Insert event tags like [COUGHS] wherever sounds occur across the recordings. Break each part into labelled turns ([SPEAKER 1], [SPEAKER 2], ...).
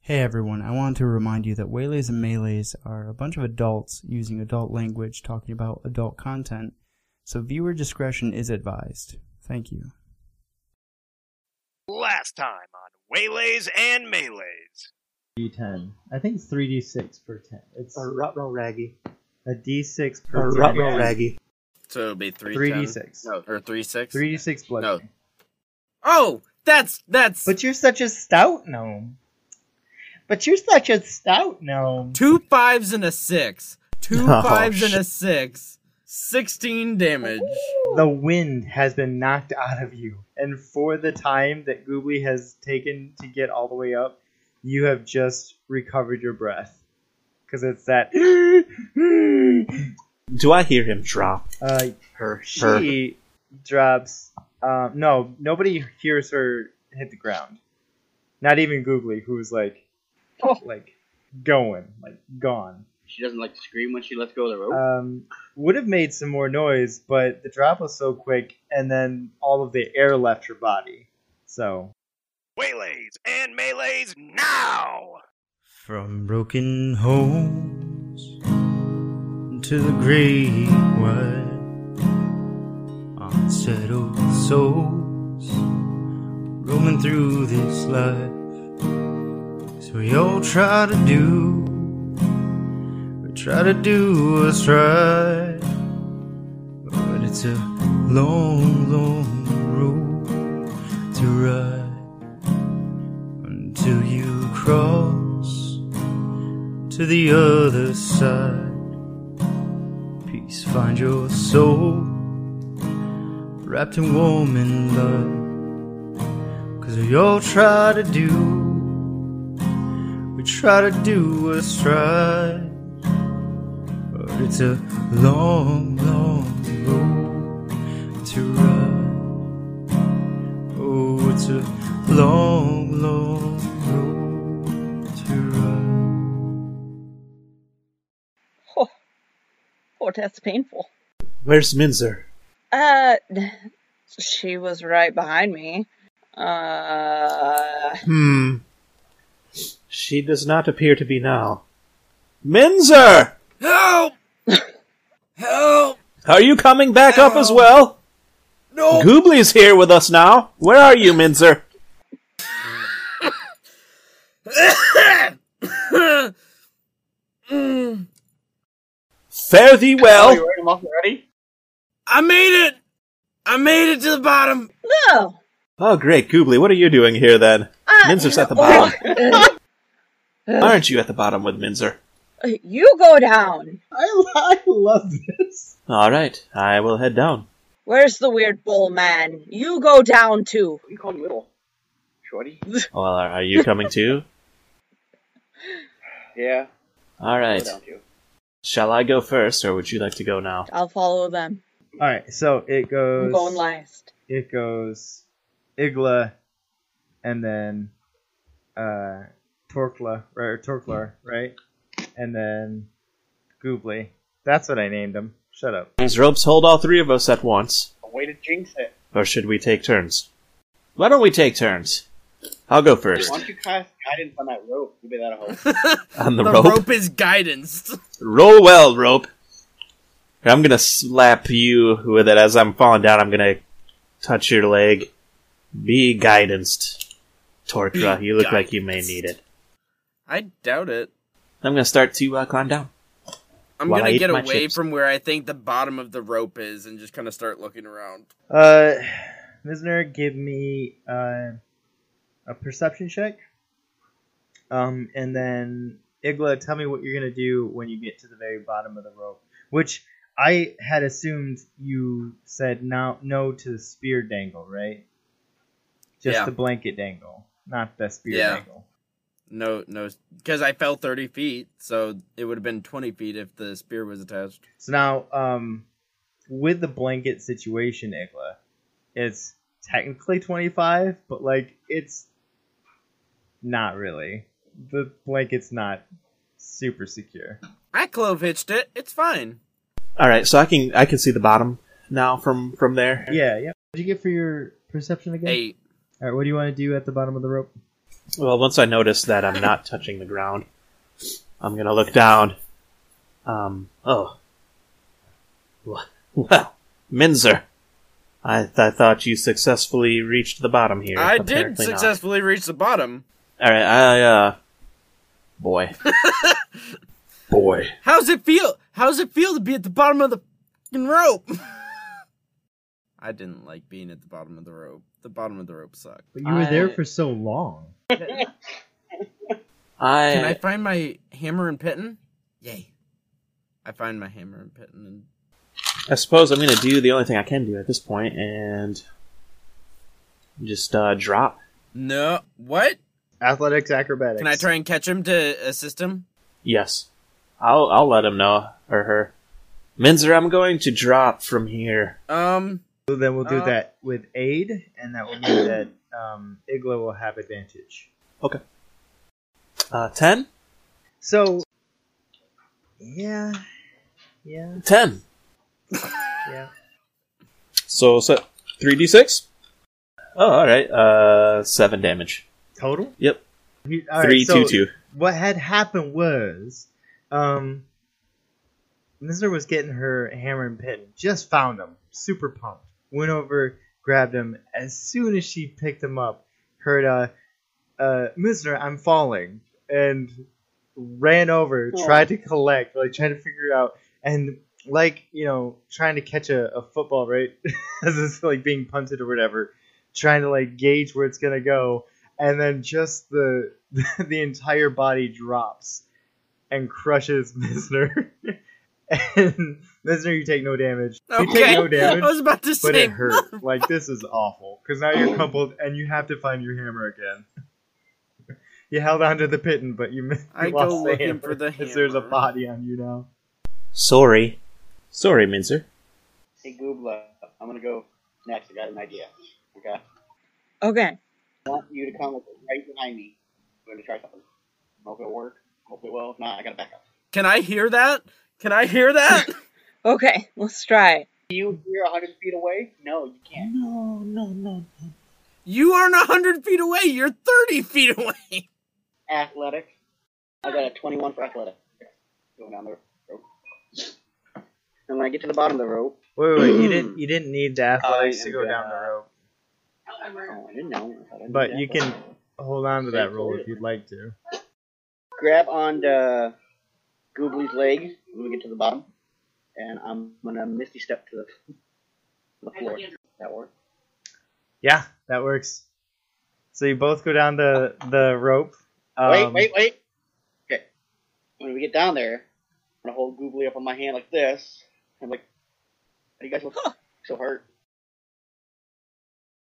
[SPEAKER 1] Hey everyone, I want to remind you that Waylays and Melees are a bunch of adults using adult language talking about adult content, so viewer discretion is advised. Thank you.
[SPEAKER 2] Last time on Waylays and Melees.
[SPEAKER 3] D10. I think it's 3d6 per 10. It's
[SPEAKER 4] A rut roll raggy.
[SPEAKER 3] a d6
[SPEAKER 4] A
[SPEAKER 3] per
[SPEAKER 4] rut
[SPEAKER 3] 10.
[SPEAKER 4] roll raggy.
[SPEAKER 5] So it'll be three.
[SPEAKER 3] 3d6.
[SPEAKER 5] No, or three six.
[SPEAKER 3] 3d6 blood.
[SPEAKER 5] No. Oh, that's that's
[SPEAKER 3] But you're such a stout gnome. But you're such a stout gnome.
[SPEAKER 5] two fives and a six. Two
[SPEAKER 4] [LAUGHS] Oh,
[SPEAKER 5] fives and a six. Sixteen damage.
[SPEAKER 3] The wind has been knocked out of you, and for the time that Goobly has taken to get all the way up, you have just recovered your breath. Because it's that. [GASPS]
[SPEAKER 4] Do I hear him drop
[SPEAKER 3] uh,
[SPEAKER 4] her? her?
[SPEAKER 3] she drops. Um, no, nobody hears her hit the ground. Not even Googly, who's like, like going, like gone.
[SPEAKER 6] She doesn't like to scream when she lets go of the rope.
[SPEAKER 3] Um, would have made some more noise, but the drop was so quick, and then all of the air left her body. So
[SPEAKER 2] Waylays and Melees now!
[SPEAKER 1] From broken homes to the great wide, unsettled souls roaming through this life. So we all try to do, we try to do what's right, but it's a long, long road to ride until you cross to the other side. Peace, find your soul wrapped in warm in love. Cause we all try to do, we try to do what's right. But it's a long, long road to ride. Oh, it's a long, long road to ride.
[SPEAKER 7] Oh, oh that's painful.
[SPEAKER 4] Where's Minzer?
[SPEAKER 7] Uh, she was right behind me. Uh,
[SPEAKER 4] Hmm. She does not appear to be now. Minzer!
[SPEAKER 5] Help! Help!
[SPEAKER 4] Are you coming back up as well?
[SPEAKER 5] No!
[SPEAKER 4] Goobley's here with us now. Where are you, Minzer?
[SPEAKER 5] Mm,
[SPEAKER 4] Fare thee
[SPEAKER 6] oh, you
[SPEAKER 4] well.
[SPEAKER 6] already him off already?
[SPEAKER 5] I made it. I made it to the bottom.
[SPEAKER 7] no!
[SPEAKER 4] Oh, great, Goobley. What are you doing here then?
[SPEAKER 7] Uh,
[SPEAKER 4] Minzer's at the
[SPEAKER 7] oh,
[SPEAKER 4] bottom.
[SPEAKER 7] uh,
[SPEAKER 4] Aren't you at the bottom with Minzer?
[SPEAKER 7] you go down.
[SPEAKER 3] I, I love this.
[SPEAKER 4] All right, I will head down.
[SPEAKER 7] Where's the weird bull man? You go down too.
[SPEAKER 6] What do you call him little? Shorty?
[SPEAKER 4] Well, are are you coming too?
[SPEAKER 6] [LAUGHS] Yeah.
[SPEAKER 4] All right.
[SPEAKER 6] Go down to.
[SPEAKER 4] Shall I go first, or would you like to go now?
[SPEAKER 7] I'll follow them.
[SPEAKER 3] All right, so it goes.
[SPEAKER 7] I'm going last.
[SPEAKER 3] it goes Igla and then uh Torkla right or Torklar, right? And then Goobly. That's what I named him. Shut up.
[SPEAKER 4] These ropes hold all three of us at once,
[SPEAKER 6] A way to jinx it.
[SPEAKER 4] or should we take turns? Why don't we take turns? I'll go
[SPEAKER 6] Why
[SPEAKER 4] first.
[SPEAKER 6] don't you cast guidance on that rope? Give me that a hope.
[SPEAKER 4] On the,
[SPEAKER 5] The
[SPEAKER 4] rope.
[SPEAKER 5] rope, is guidance. [LAUGHS]
[SPEAKER 4] Roll well, rope. I'm gonna slap you with it as I'm falling down. I'm gonna touch your leg. Be guidanced, Torkra.
[SPEAKER 5] Be
[SPEAKER 4] you look like you may need it.
[SPEAKER 5] I doubt it.
[SPEAKER 4] I'm gonna start to uh, climb down.
[SPEAKER 5] I'm
[SPEAKER 4] While I
[SPEAKER 5] gonna
[SPEAKER 4] eat
[SPEAKER 5] get
[SPEAKER 4] my
[SPEAKER 5] away
[SPEAKER 4] chips.
[SPEAKER 5] from where I think the bottom of the rope is and just kind of start looking around.
[SPEAKER 3] Uh Misner, give me uh a perception check. Um and then Igla, tell me what you're gonna do when you get to the very bottom of the rope. Which I had assumed you said no no to the spear dangle, right? Just
[SPEAKER 5] Yeah.
[SPEAKER 3] the blanket dangle, not the spear
[SPEAKER 5] Yeah.
[SPEAKER 3] dangle.
[SPEAKER 5] No, no, because I fell 30 feet, so it would have been 20 feet if the spear was attached.
[SPEAKER 3] So now, um, with the blanket situation, Igla, it's technically 25, but like it's not really. The blanket's not super secure.
[SPEAKER 5] I clove hitched it. It's fine.
[SPEAKER 4] All right, so I can I can see the bottom now from from there.
[SPEAKER 3] Yeah, yeah. What'd you get for your perception again?
[SPEAKER 5] Eight.
[SPEAKER 3] All right, what do you want to do at the bottom of the rope?
[SPEAKER 4] Well, once I notice that I'm
[SPEAKER 5] [LAUGHS]
[SPEAKER 4] not touching the ground, I'm gonna look down. Um. Oh. [LAUGHS] Wh- Well, Minzer, I, th- I thought you successfully reached the bottom here.
[SPEAKER 5] I did
[SPEAKER 4] Apparently not.
[SPEAKER 5] successfully reach the bottom.
[SPEAKER 4] All right. I uh.
[SPEAKER 5] [LAUGHS]
[SPEAKER 4] Boy. boy.
[SPEAKER 5] How's it feel? How's it feel to be at the bottom of the fing rope? [LAUGHS] I didn't like being at the bottom of the rope. The bottom of the rope sucked.
[SPEAKER 3] But you were there
[SPEAKER 4] I-
[SPEAKER 3] for so long.
[SPEAKER 4] I.
[SPEAKER 3] Eh.
[SPEAKER 5] Can I find my hammer and pitten? Yay! I find my hammer and pitten and
[SPEAKER 4] I suppose I'm gonna do the only thing I can do at this point and just uh, drop.
[SPEAKER 5] no. What?
[SPEAKER 3] Athletics, acrobatics.
[SPEAKER 5] Can I try and catch him to assist him?
[SPEAKER 4] Yes, I'll I'll let him know or her. Minzer, I'm going to drop from here.
[SPEAKER 5] Um.
[SPEAKER 3] So then we'll do
[SPEAKER 5] Uh,
[SPEAKER 3] that with aid, and that will [COUGHS] mean that um, Igla will have advantage.
[SPEAKER 4] Uh, ten,
[SPEAKER 3] So, yeah, yeah,
[SPEAKER 4] ten.
[SPEAKER 3] yeah.
[SPEAKER 4] So set three d six. Oh, all right. Uh, seven damage.
[SPEAKER 3] Total.
[SPEAKER 4] Yep.
[SPEAKER 3] He- all right,
[SPEAKER 4] Three, two, two.
[SPEAKER 3] so What had happened was, um, Mister was getting her hammer and pin. Just found him. Super pumped. Went over, grabbed him. As soon as she picked him up, heard, uh, uh, Mister, I'm falling, and ran over,
[SPEAKER 6] Oh.
[SPEAKER 3] tried to collect, like trying to figure out, and like you know, trying to catch a, a football, right? [LAUGHS] As it's like being punted or whatever, trying to like gauge where it's gonna go, and then just the [LAUGHS] the entire body drops and crushes [LAUGHS] Misner. and Misner, you take no damage. You
[SPEAKER 5] Okay.
[SPEAKER 3] take no
[SPEAKER 5] I
[SPEAKER 3] damage,
[SPEAKER 5] was about to say.
[SPEAKER 3] but it hurt. Like this is awful because now you're crumpled and you have to find your hammer again. [LAUGHS] You held onto the pitten, but you, mi- you
[SPEAKER 5] I go
[SPEAKER 3] lost the
[SPEAKER 5] looking
[SPEAKER 3] hammer
[SPEAKER 5] for the
[SPEAKER 3] [LAUGHS] 'cause there's a
[SPEAKER 5] hammer.
[SPEAKER 3] body on you now.
[SPEAKER 4] Sorry, sorry, Minzer.
[SPEAKER 6] Hey, Goobla, I'm gonna go next. I got an idea. Okay.
[SPEAKER 7] Okay.
[SPEAKER 6] I want you to come right behind me. I'm gonna try something. Hope it works. Hope it will. If not, I gotta back up.
[SPEAKER 5] Can I hear that? Can I hear
[SPEAKER 3] [LAUGHS]
[SPEAKER 5] that?
[SPEAKER 7] Okay. Let's try it.
[SPEAKER 6] Do you hear 100 feet away? No, you can't.
[SPEAKER 4] No, no, no.
[SPEAKER 5] you aren't hundred feet away. You're thirty feet away. [LAUGHS]
[SPEAKER 6] Athletic. I got a 21 for athletic. Going down the rope. And when I get to the bottom of the rope,
[SPEAKER 3] Wait, wait, wait, you
[SPEAKER 5] [CLEARS THROAT]
[SPEAKER 3] didn't Uh, you didn't need the athletics
[SPEAKER 6] I
[SPEAKER 3] to
[SPEAKER 6] am
[SPEAKER 3] go down the
[SPEAKER 6] gonna-
[SPEAKER 3] rope,
[SPEAKER 6] oh, I didn't know. I thought I did
[SPEAKER 3] but
[SPEAKER 6] that.
[SPEAKER 3] you can hold on to that roll if you'd like to.
[SPEAKER 6] grab onto Goobly's leg when we get to the bottom, and I'm gonna misty step to the, the floor. That work?
[SPEAKER 3] Yeah, that works. So you both go down the the rope. Um,
[SPEAKER 6] wait, wait, wait. Okay. When we get down there, I'm gonna hold Goobly up on my hand like this. I'm like, "How do you guys look so hurt?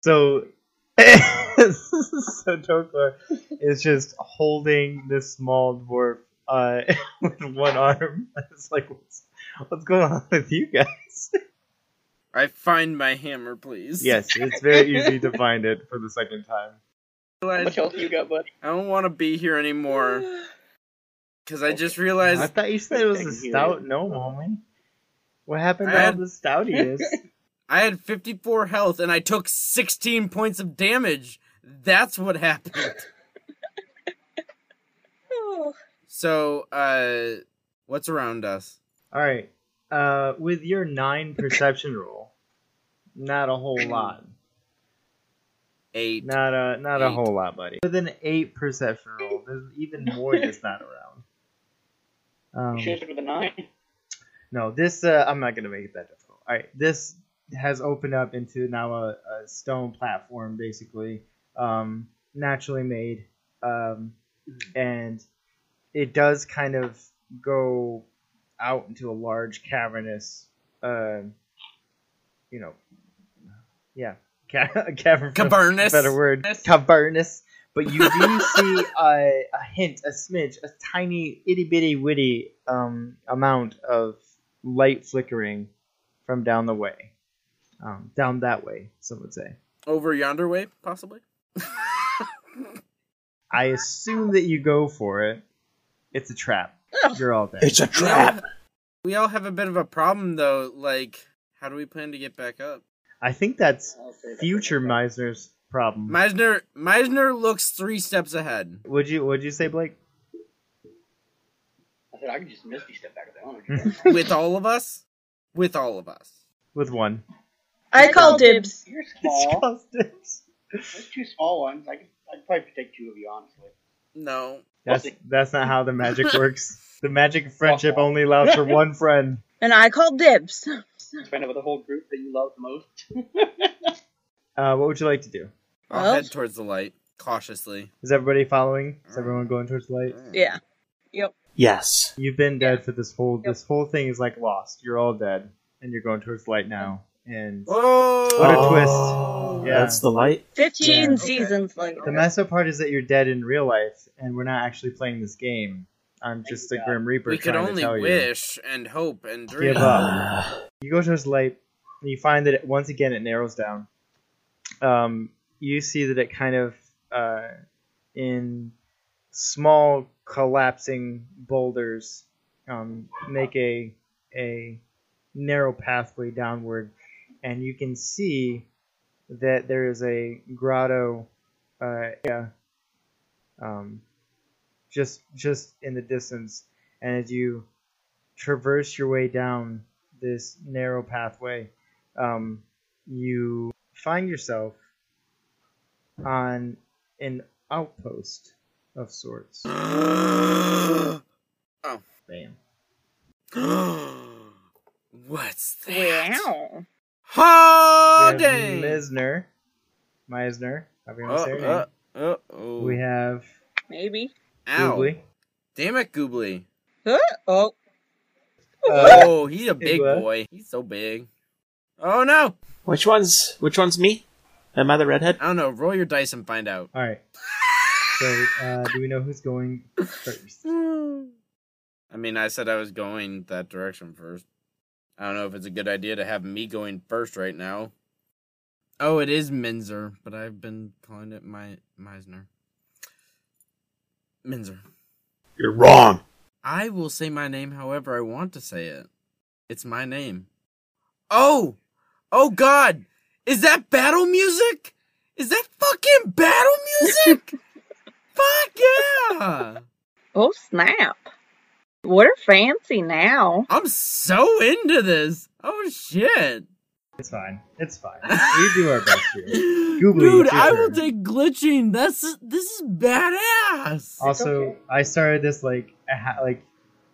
[SPEAKER 3] So, [LAUGHS] so Tokor is just holding this small dwarf uh, [LAUGHS] with one arm. [LAUGHS] It's like, what's, what's going on with you guys?
[SPEAKER 5] I find my hammer, please.
[SPEAKER 3] Yes, it's very easy to find it for the second time.
[SPEAKER 6] How
[SPEAKER 5] I
[SPEAKER 6] much health you got, bud?
[SPEAKER 5] don't want to be here anymore because I just realized
[SPEAKER 3] I thought you said it was a
[SPEAKER 6] Thank you.
[SPEAKER 3] stout gnome, homie. What happened
[SPEAKER 5] I
[SPEAKER 3] to all
[SPEAKER 5] had-
[SPEAKER 3] the
[SPEAKER 5] [LAUGHS]
[SPEAKER 3] stouties?
[SPEAKER 5] I had 54 health and I took 16 points of damage. That's what [LAUGHS] happened.
[SPEAKER 7] Oh.
[SPEAKER 5] So, uh, what's around us?
[SPEAKER 3] all right, uh, with your nine perception roll, not a whole lot.
[SPEAKER 5] Eight.
[SPEAKER 3] Not a not a
[SPEAKER 5] Eight.
[SPEAKER 3] whole lot, buddy. With an eight perception roll, there's even more that's not around.
[SPEAKER 6] Should
[SPEAKER 3] Um,
[SPEAKER 6] have with a nine.
[SPEAKER 3] no, this uh, I'm not gonna make it that difficult. All right, this has opened up into now a, a stone platform, basically, um, naturally made, um, and it does kind of go out into a large cavernous, uh, you know, yeah, ca- [LAUGHS] cavern.
[SPEAKER 5] Cavernous.
[SPEAKER 3] Better word. Cavernous. But you do see a, a hint, a smidge, a tiny itty bitty witty um, amount of light flickering from down the way, um, down that way. Some would say.
[SPEAKER 5] Over yonder way, possibly?
[SPEAKER 3] I assume that you go for it. It's a trap. You're all dead.
[SPEAKER 4] It's a trap.
[SPEAKER 5] We all have a bit of a problem, though. Like, how do we plan to get back up?
[SPEAKER 3] I think that's
[SPEAKER 6] I'll say that.
[SPEAKER 3] future Meisner's problem.
[SPEAKER 5] Meisner Meisner looks three steps ahead.
[SPEAKER 3] would you would you say Blake?
[SPEAKER 6] I said I can just misty step back down.
[SPEAKER 3] [LAUGHS]
[SPEAKER 5] With all of us? With all of us.
[SPEAKER 3] With one.
[SPEAKER 7] I call dibs.
[SPEAKER 6] You're small.
[SPEAKER 3] Justice.
[SPEAKER 6] There's two small ones. I could, I'd probably take two of you, honestly.
[SPEAKER 5] No.
[SPEAKER 3] That's
[SPEAKER 6] Okay.
[SPEAKER 3] that's not how the magic works. The magic of friendship only allows for one friend.
[SPEAKER 7] And I call dibs.
[SPEAKER 6] Spend it with the whole group that you love the most. [LAUGHS]
[SPEAKER 3] Uh, what would you like to do?
[SPEAKER 5] I'll
[SPEAKER 7] Well-
[SPEAKER 5] head towards the light, cautiously.
[SPEAKER 3] Is everybody following?
[SPEAKER 5] Mm.
[SPEAKER 3] Is everyone going towards the light?
[SPEAKER 7] Yeah.
[SPEAKER 4] Yes.
[SPEAKER 3] You've been dead for this whole
[SPEAKER 7] Yep.
[SPEAKER 3] this whole thing is like lost. You're all dead, and you're going towards the light now. And
[SPEAKER 5] Oh
[SPEAKER 3] What a
[SPEAKER 4] Oh,
[SPEAKER 3] twist. Yeah.
[SPEAKER 4] That's the light.
[SPEAKER 7] 15
[SPEAKER 3] Yeah.
[SPEAKER 7] seasons later.
[SPEAKER 3] the messed up part is that you're dead in real life, and we're not actually playing this game. I'm just a
[SPEAKER 6] God.
[SPEAKER 3] grim reaper
[SPEAKER 5] we could
[SPEAKER 3] trying to
[SPEAKER 5] only
[SPEAKER 3] tell you.
[SPEAKER 5] wish and hope and dream.
[SPEAKER 3] Give up.
[SPEAKER 4] Uh,
[SPEAKER 3] You go towards the light, and you find that it, once again it narrows down. Um, you see that it kind of, uh, in small collapsing boulders, um, make a a narrow pathway downward, and you can see that there is a grotto, uh, yeah, um, just just in the distance, and as you traverse your way down this narrow pathway, um, you find yourself on an outpost of sorts. Bam.
[SPEAKER 5] [GASPS] What's that?
[SPEAKER 7] Wow.
[SPEAKER 5] Oh,
[SPEAKER 3] we have
[SPEAKER 5] dang.
[SPEAKER 3] Misner, Meisner, however you want to say her name.
[SPEAKER 5] Uh, uh, uh, oh.
[SPEAKER 3] We have
[SPEAKER 7] Maybe.
[SPEAKER 5] Ow. [LAUGHS]
[SPEAKER 3] Googly.
[SPEAKER 5] Damn it, Goobly.
[SPEAKER 7] Huh? Oh.
[SPEAKER 3] Uh,
[SPEAKER 5] oh, he's a big
[SPEAKER 3] Igla.
[SPEAKER 5] boy. He's so big. Oh no!
[SPEAKER 4] Which one's which one's me? Am I the redhead?
[SPEAKER 5] I don't know. Roll your dice and find out.
[SPEAKER 3] all right. So, uh, do we know who's going [SIGHS] first?
[SPEAKER 5] I mean, I said I was going that direction first. I don't know if it's a good idea to have me going first right now. Oh, it is Minzer, but I've been calling it my Meisner. Minzer.
[SPEAKER 4] You're wrong.
[SPEAKER 5] I will say my name however I want to say it. It's my name. Oh! Oh god! Is that battle music? Is that fucking battle music? Fuck yeah!
[SPEAKER 7] Oh, snap. We're fancy now.
[SPEAKER 5] I'm so into this. Oh shit.
[SPEAKER 3] It's fine. It's fine. We do our best here.
[SPEAKER 5] [LAUGHS]
[SPEAKER 3] Googly,
[SPEAKER 5] Dude,
[SPEAKER 3] it's your
[SPEAKER 5] I will
[SPEAKER 3] turn.
[SPEAKER 5] take glitching. That's this is badass.
[SPEAKER 3] Also,
[SPEAKER 6] okay.
[SPEAKER 3] I started this like a ha- like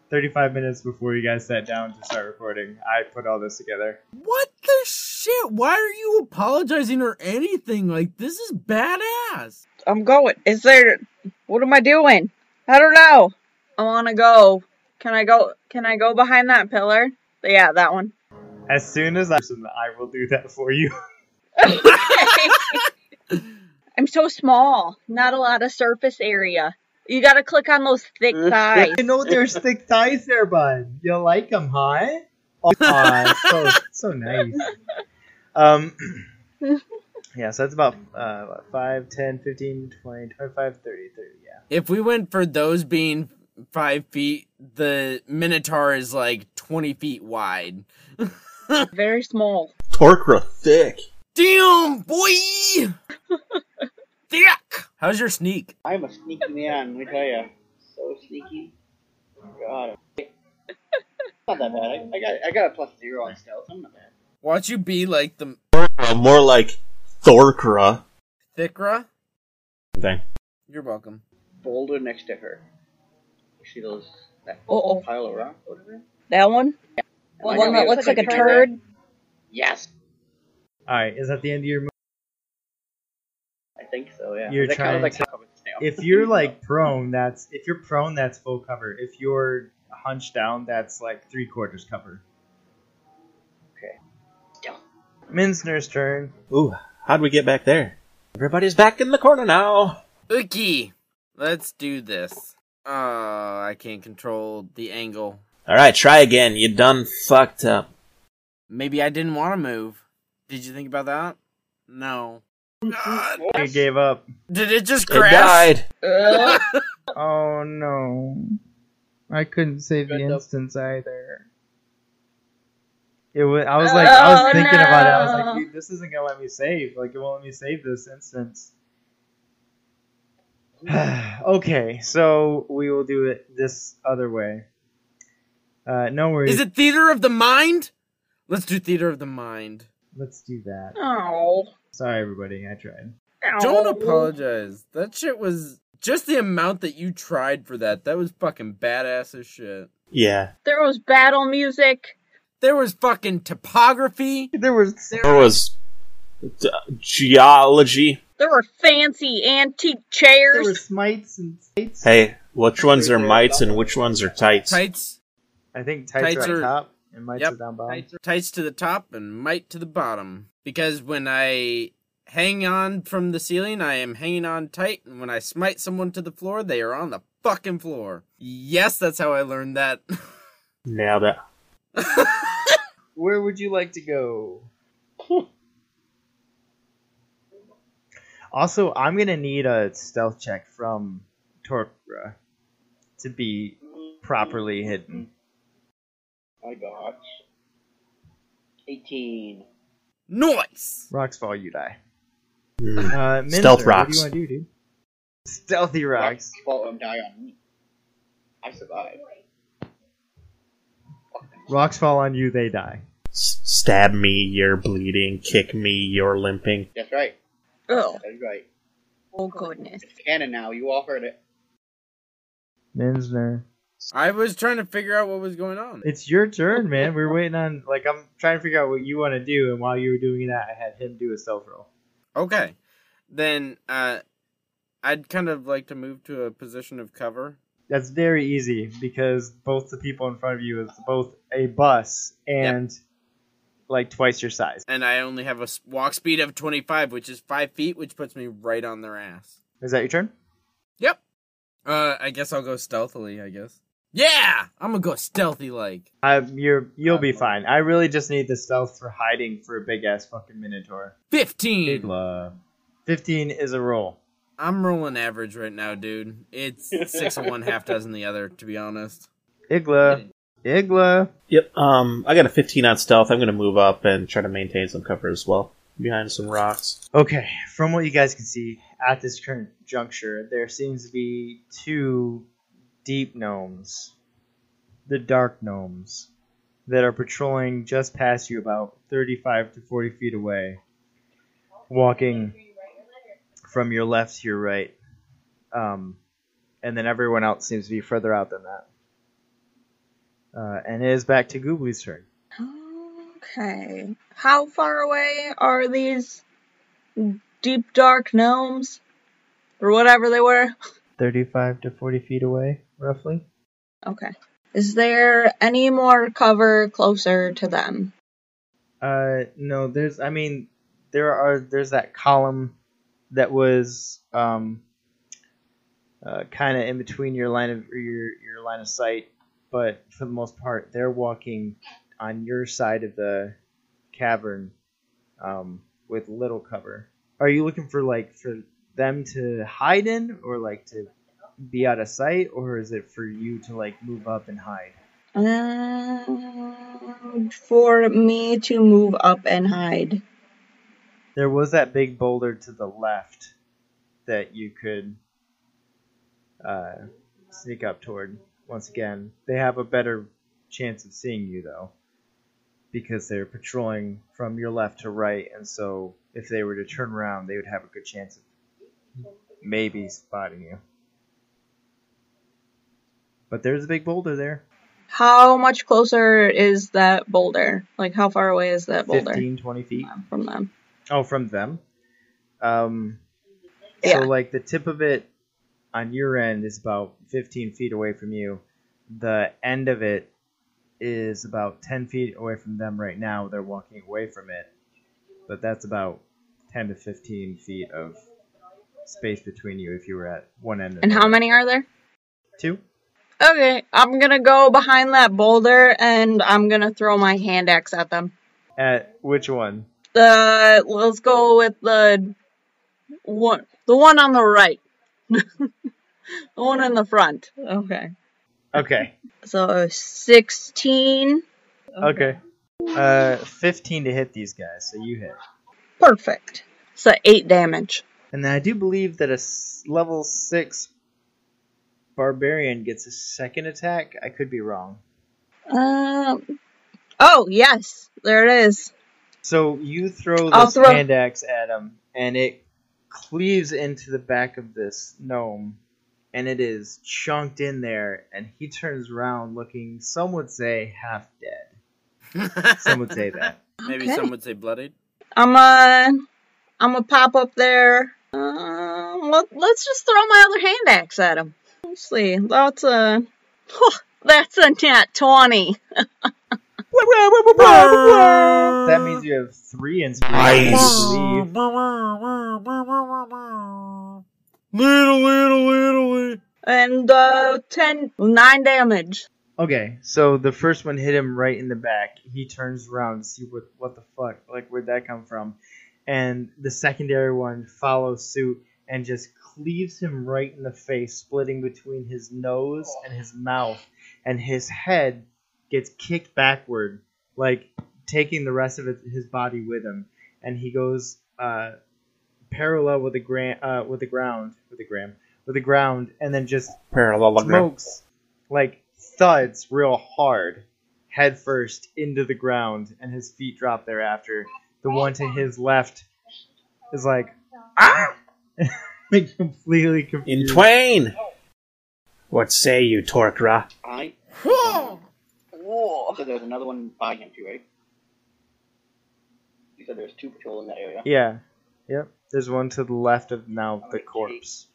[SPEAKER 3] 35 minutes before you guys sat down to start recording. I put all this together.
[SPEAKER 5] What the shit? Why are you apologizing or anything? Like this is badass.
[SPEAKER 7] I'm going. Is there. What am I doing? I don't know. I want to go. Can I go? Can I go behind that pillar? Yeah, that one. [LAUGHS]
[SPEAKER 3] As soon as I, I will do that for you.
[SPEAKER 7] I'm so small. Not a lot of surface area. You gotta click on those thick [LAUGHS] thighs.
[SPEAKER 3] you know there's thick thighs there, bud. You like them, huh? Oh, aw, so so nice. Um, [CLEARS THROAT] yeah. So that's about uh, what, 5, 10, 15, 20, 25, 30, 30. Yeah.
[SPEAKER 5] If we went for those being five feet, the Minotaur is like 20 feet wide.
[SPEAKER 7] Very small.
[SPEAKER 4] Torkra thick.
[SPEAKER 5] Damn, boy! Thick! How's your sneak?
[SPEAKER 6] I'm a sneaky man, let me tell you. So sneaky. God. Not that bad. I, I got I got a plus zero on stealth. I'm not bad.
[SPEAKER 5] Watch you be like the
[SPEAKER 4] Well, Uh, more like Thorkra.
[SPEAKER 5] Thickra.
[SPEAKER 4] Thing.
[SPEAKER 5] You're welcome.
[SPEAKER 6] Boulder next to her. You see those that
[SPEAKER 7] Uh-oh.
[SPEAKER 6] pile of rock over there?
[SPEAKER 7] That one?
[SPEAKER 6] Am I
[SPEAKER 7] one
[SPEAKER 6] gonna
[SPEAKER 7] that
[SPEAKER 6] be
[SPEAKER 7] looks
[SPEAKER 6] able
[SPEAKER 7] like
[SPEAKER 6] to
[SPEAKER 7] a
[SPEAKER 6] take care of that?
[SPEAKER 7] turd?
[SPEAKER 6] Yes.
[SPEAKER 3] All right. Is that the end of your? Mo-
[SPEAKER 6] I think so, yeah.
[SPEAKER 3] You're
[SPEAKER 6] That kinda
[SPEAKER 3] trying
[SPEAKER 6] like
[SPEAKER 3] to-
[SPEAKER 6] how it's now.
[SPEAKER 3] if you're like prone, that's if you're prone, that's full cover. If you're hunched down, that's like three quarters cover.
[SPEAKER 6] Stealth.
[SPEAKER 3] Minsner's turn.
[SPEAKER 4] Ooh, how'd we get back there? Everybody's back in the corner now.
[SPEAKER 5] Ookie! Let's do this. Uh, I can't control the angle.
[SPEAKER 4] All right, try again. You done fucked up.
[SPEAKER 5] Maybe I didn't want to move. Did you think about that? No. God.
[SPEAKER 3] He gave up.
[SPEAKER 5] Did it just
[SPEAKER 4] It
[SPEAKER 5] crash?
[SPEAKER 4] died.
[SPEAKER 7] Ugh.
[SPEAKER 3] Oh no. I couldn't save the
[SPEAKER 6] End up-
[SPEAKER 3] instance either. It was, I was like, I
[SPEAKER 7] Oh,
[SPEAKER 3] was thinking about it. I was
[SPEAKER 7] no.
[SPEAKER 3] like, dude, this isn't gonna let me save. Like, it won't let me save this instance. [SIGHS] okay, so we will do it this other way. Uh, no worries.
[SPEAKER 5] Is it theater of the mind? Let's do theater of the mind.
[SPEAKER 3] Let's do that.
[SPEAKER 7] [LAUGHS] Oh.
[SPEAKER 3] Sorry, everybody. I tried.
[SPEAKER 5] Don't apologize. That shit was just the amount that you tried for that. That was fucking badass as shit.
[SPEAKER 4] Yeah.
[SPEAKER 7] There was battle music.
[SPEAKER 5] There was fucking topography.
[SPEAKER 3] There was
[SPEAKER 4] There was uh, geology.
[SPEAKER 7] There were fancy antique
[SPEAKER 3] there
[SPEAKER 7] chairs.
[SPEAKER 3] were smites and tights.
[SPEAKER 4] Hey, which ones are mites and which ones are tights?
[SPEAKER 5] Tights,
[SPEAKER 3] I think tights,
[SPEAKER 5] Tights
[SPEAKER 3] are,
[SPEAKER 5] are-
[SPEAKER 3] up top and mites
[SPEAKER 5] Yep.
[SPEAKER 3] are down bottom.
[SPEAKER 5] tights to the top and might to the bottom. Because when I hang on from the ceiling, I am hanging on tight, and when I smite someone to the floor, they are on the fucking floor. Yes, that's how I learned that. [LAUGHS]
[SPEAKER 4] Nailed it.
[SPEAKER 3] Where would you like to go? [LAUGHS] also, I'm gonna need a stealth check from Torpra to be properly hidden.
[SPEAKER 6] I got 18.
[SPEAKER 5] Noise.
[SPEAKER 3] Rocks fall, you die.
[SPEAKER 4] Mm.
[SPEAKER 3] Uh, Minzer,
[SPEAKER 4] Stealth
[SPEAKER 3] What do
[SPEAKER 4] rocks.
[SPEAKER 3] you want to do, dude? Stealthy rocks.
[SPEAKER 6] Fall and die on me. I survived.
[SPEAKER 3] Rocks fall on you, they die.
[SPEAKER 4] S- stab me, you're bleeding. Kick me, you're limping.
[SPEAKER 6] That's right.
[SPEAKER 7] oh.
[SPEAKER 6] That's right.
[SPEAKER 7] oh goodness.
[SPEAKER 6] It's canon now. You all heard it.
[SPEAKER 3] Minsner.
[SPEAKER 5] I was trying to figure out what was going on.
[SPEAKER 3] It's your turn, man. We're waiting on. Like, I'm trying to figure out what you want to do, and while you were doing that, I had him do a stealth roll.
[SPEAKER 5] Okay. Then uh I'd kind of like to move to a position of cover.
[SPEAKER 3] That's very easy because both the people in front of you is both a bus and like twice your size.
[SPEAKER 5] And I only have a s- walk speed of 25, which is 5 feet, which puts me right on their ass.
[SPEAKER 3] Is that your turn?
[SPEAKER 5] Yep. Uh, I guess I'll go stealthily, I guess. Yeah! I'm gonna go stealthy like.
[SPEAKER 3] Uh, you're you'll be fine. I really just need the stealth for hiding for a big ass fucking minotaur.
[SPEAKER 5] 15!
[SPEAKER 3] Fifteen is a roll.
[SPEAKER 5] I'm rolling average right now, dude. It's six of one, half dozen the other, to be honest.
[SPEAKER 3] Igla, Igla.
[SPEAKER 4] Yep. Um, I got a 15 on stealth. I'm going to move up and try to maintain some cover as well behind some rocks.
[SPEAKER 3] Okay, from what you guys can see at this current juncture, there seems to be two deep gnomes, the dark gnomes, that are patrolling just past you about 35 to 40 feet away, walking from your left to your right. Um, and then everyone else seems to be further out than that. Uh, and it is back to Goobly's turn.
[SPEAKER 7] Okay. How far away are these deep dark gnomes? Or whatever they were?
[SPEAKER 3] 35 to 40 feet away, roughly.
[SPEAKER 7] Okay. Is there any more cover closer to them?
[SPEAKER 3] Uh, no, there's. I mean, there are. There's that column that was um, uh, kind of in between your line of or your your line of sight, but for the most part, they're walking on your side of the cavern um, with little cover. Are you looking for like for them to hide in, or like to be out of sight, or is it for you to like move up and hide?
[SPEAKER 7] Um, for me to move up and hide.
[SPEAKER 3] There was that big boulder to the left that you could uh, sneak up toward. Once again, they have a better chance of seeing you though, because they're patrolling from your left to right, and so if they were to turn around, they would have a good chance of maybe spotting you. But there's a big boulder there,
[SPEAKER 7] How much closer is that boulder? Like, how far away is that boulder
[SPEAKER 3] fifteen, twenty 15, 20 feet.
[SPEAKER 7] from them?
[SPEAKER 3] Oh, from them. Um,
[SPEAKER 7] Yeah.
[SPEAKER 3] So like the tip of it on your end is about 15 feet away from you. The end of it is about 10 feet away from them right now. They're walking away from it, but that's about 10 to 15 feet of space between you if you were at one end. Of
[SPEAKER 7] And
[SPEAKER 3] it.
[SPEAKER 7] how many are there?
[SPEAKER 3] Two.
[SPEAKER 7] Okay, I'm gonna go behind that boulder and I'm gonna throw my hand axe at them.
[SPEAKER 3] At which one?
[SPEAKER 7] The let's go with the one, the one on the right, [LAUGHS] the one in the front. Okay. [LAUGHS]
[SPEAKER 3] Okay.
[SPEAKER 7] So 16.
[SPEAKER 3] Okay. Uh, 15 to hit these guys, so you hit.
[SPEAKER 7] Perfect. So eight damage.
[SPEAKER 3] And then I do believe that a s- level 6 barbarian gets a second attack. I could be wrong.
[SPEAKER 7] Um. Oh yes, there it is.
[SPEAKER 3] So you throw
[SPEAKER 7] I'll
[SPEAKER 3] this
[SPEAKER 7] throw-
[SPEAKER 3] hand axe at him, and it cleaves into the back of this gnome, and it is chunked in there, and he turns around looking, some would say, half dead. Some would say
[SPEAKER 7] [LAUGHS]
[SPEAKER 3] that.
[SPEAKER 5] Maybe
[SPEAKER 7] Okay.
[SPEAKER 5] some would say bloodied.
[SPEAKER 7] I'm uh, I'm gonna pop up there. Um, let, let's just throw my other hand axe at him. Let's see. That's a that's a nat twenty.
[SPEAKER 3] That means you have three inspirations. I believe.
[SPEAKER 5] Little, little, little.
[SPEAKER 7] and uh, ten nine damage.
[SPEAKER 3] Okay, so the first one hit him right in the back. He turns around to see what what the fuck, like where'd that come from, and the secondary one follows suit and just cleaves him right in the face, splitting between his nose and his mouth, and his head gets kicked backward, like taking the rest of it, his body with him, and he goes uh, parallel with the gra- uh, with the ground, with the gram, with the ground, and then just
[SPEAKER 4] Parallelogram.
[SPEAKER 3] smokes like thuds real hard head first into the ground and his feet drop thereafter the one to his left is like ah [LAUGHS] like completely
[SPEAKER 4] In
[SPEAKER 3] confused
[SPEAKER 4] twain! What say you, Torkra?
[SPEAKER 6] I
[SPEAKER 7] Whoa.
[SPEAKER 6] said there's another one by him too, right? You said there's two patrol in that area.
[SPEAKER 3] yeah yep there's one to the left of now the corpse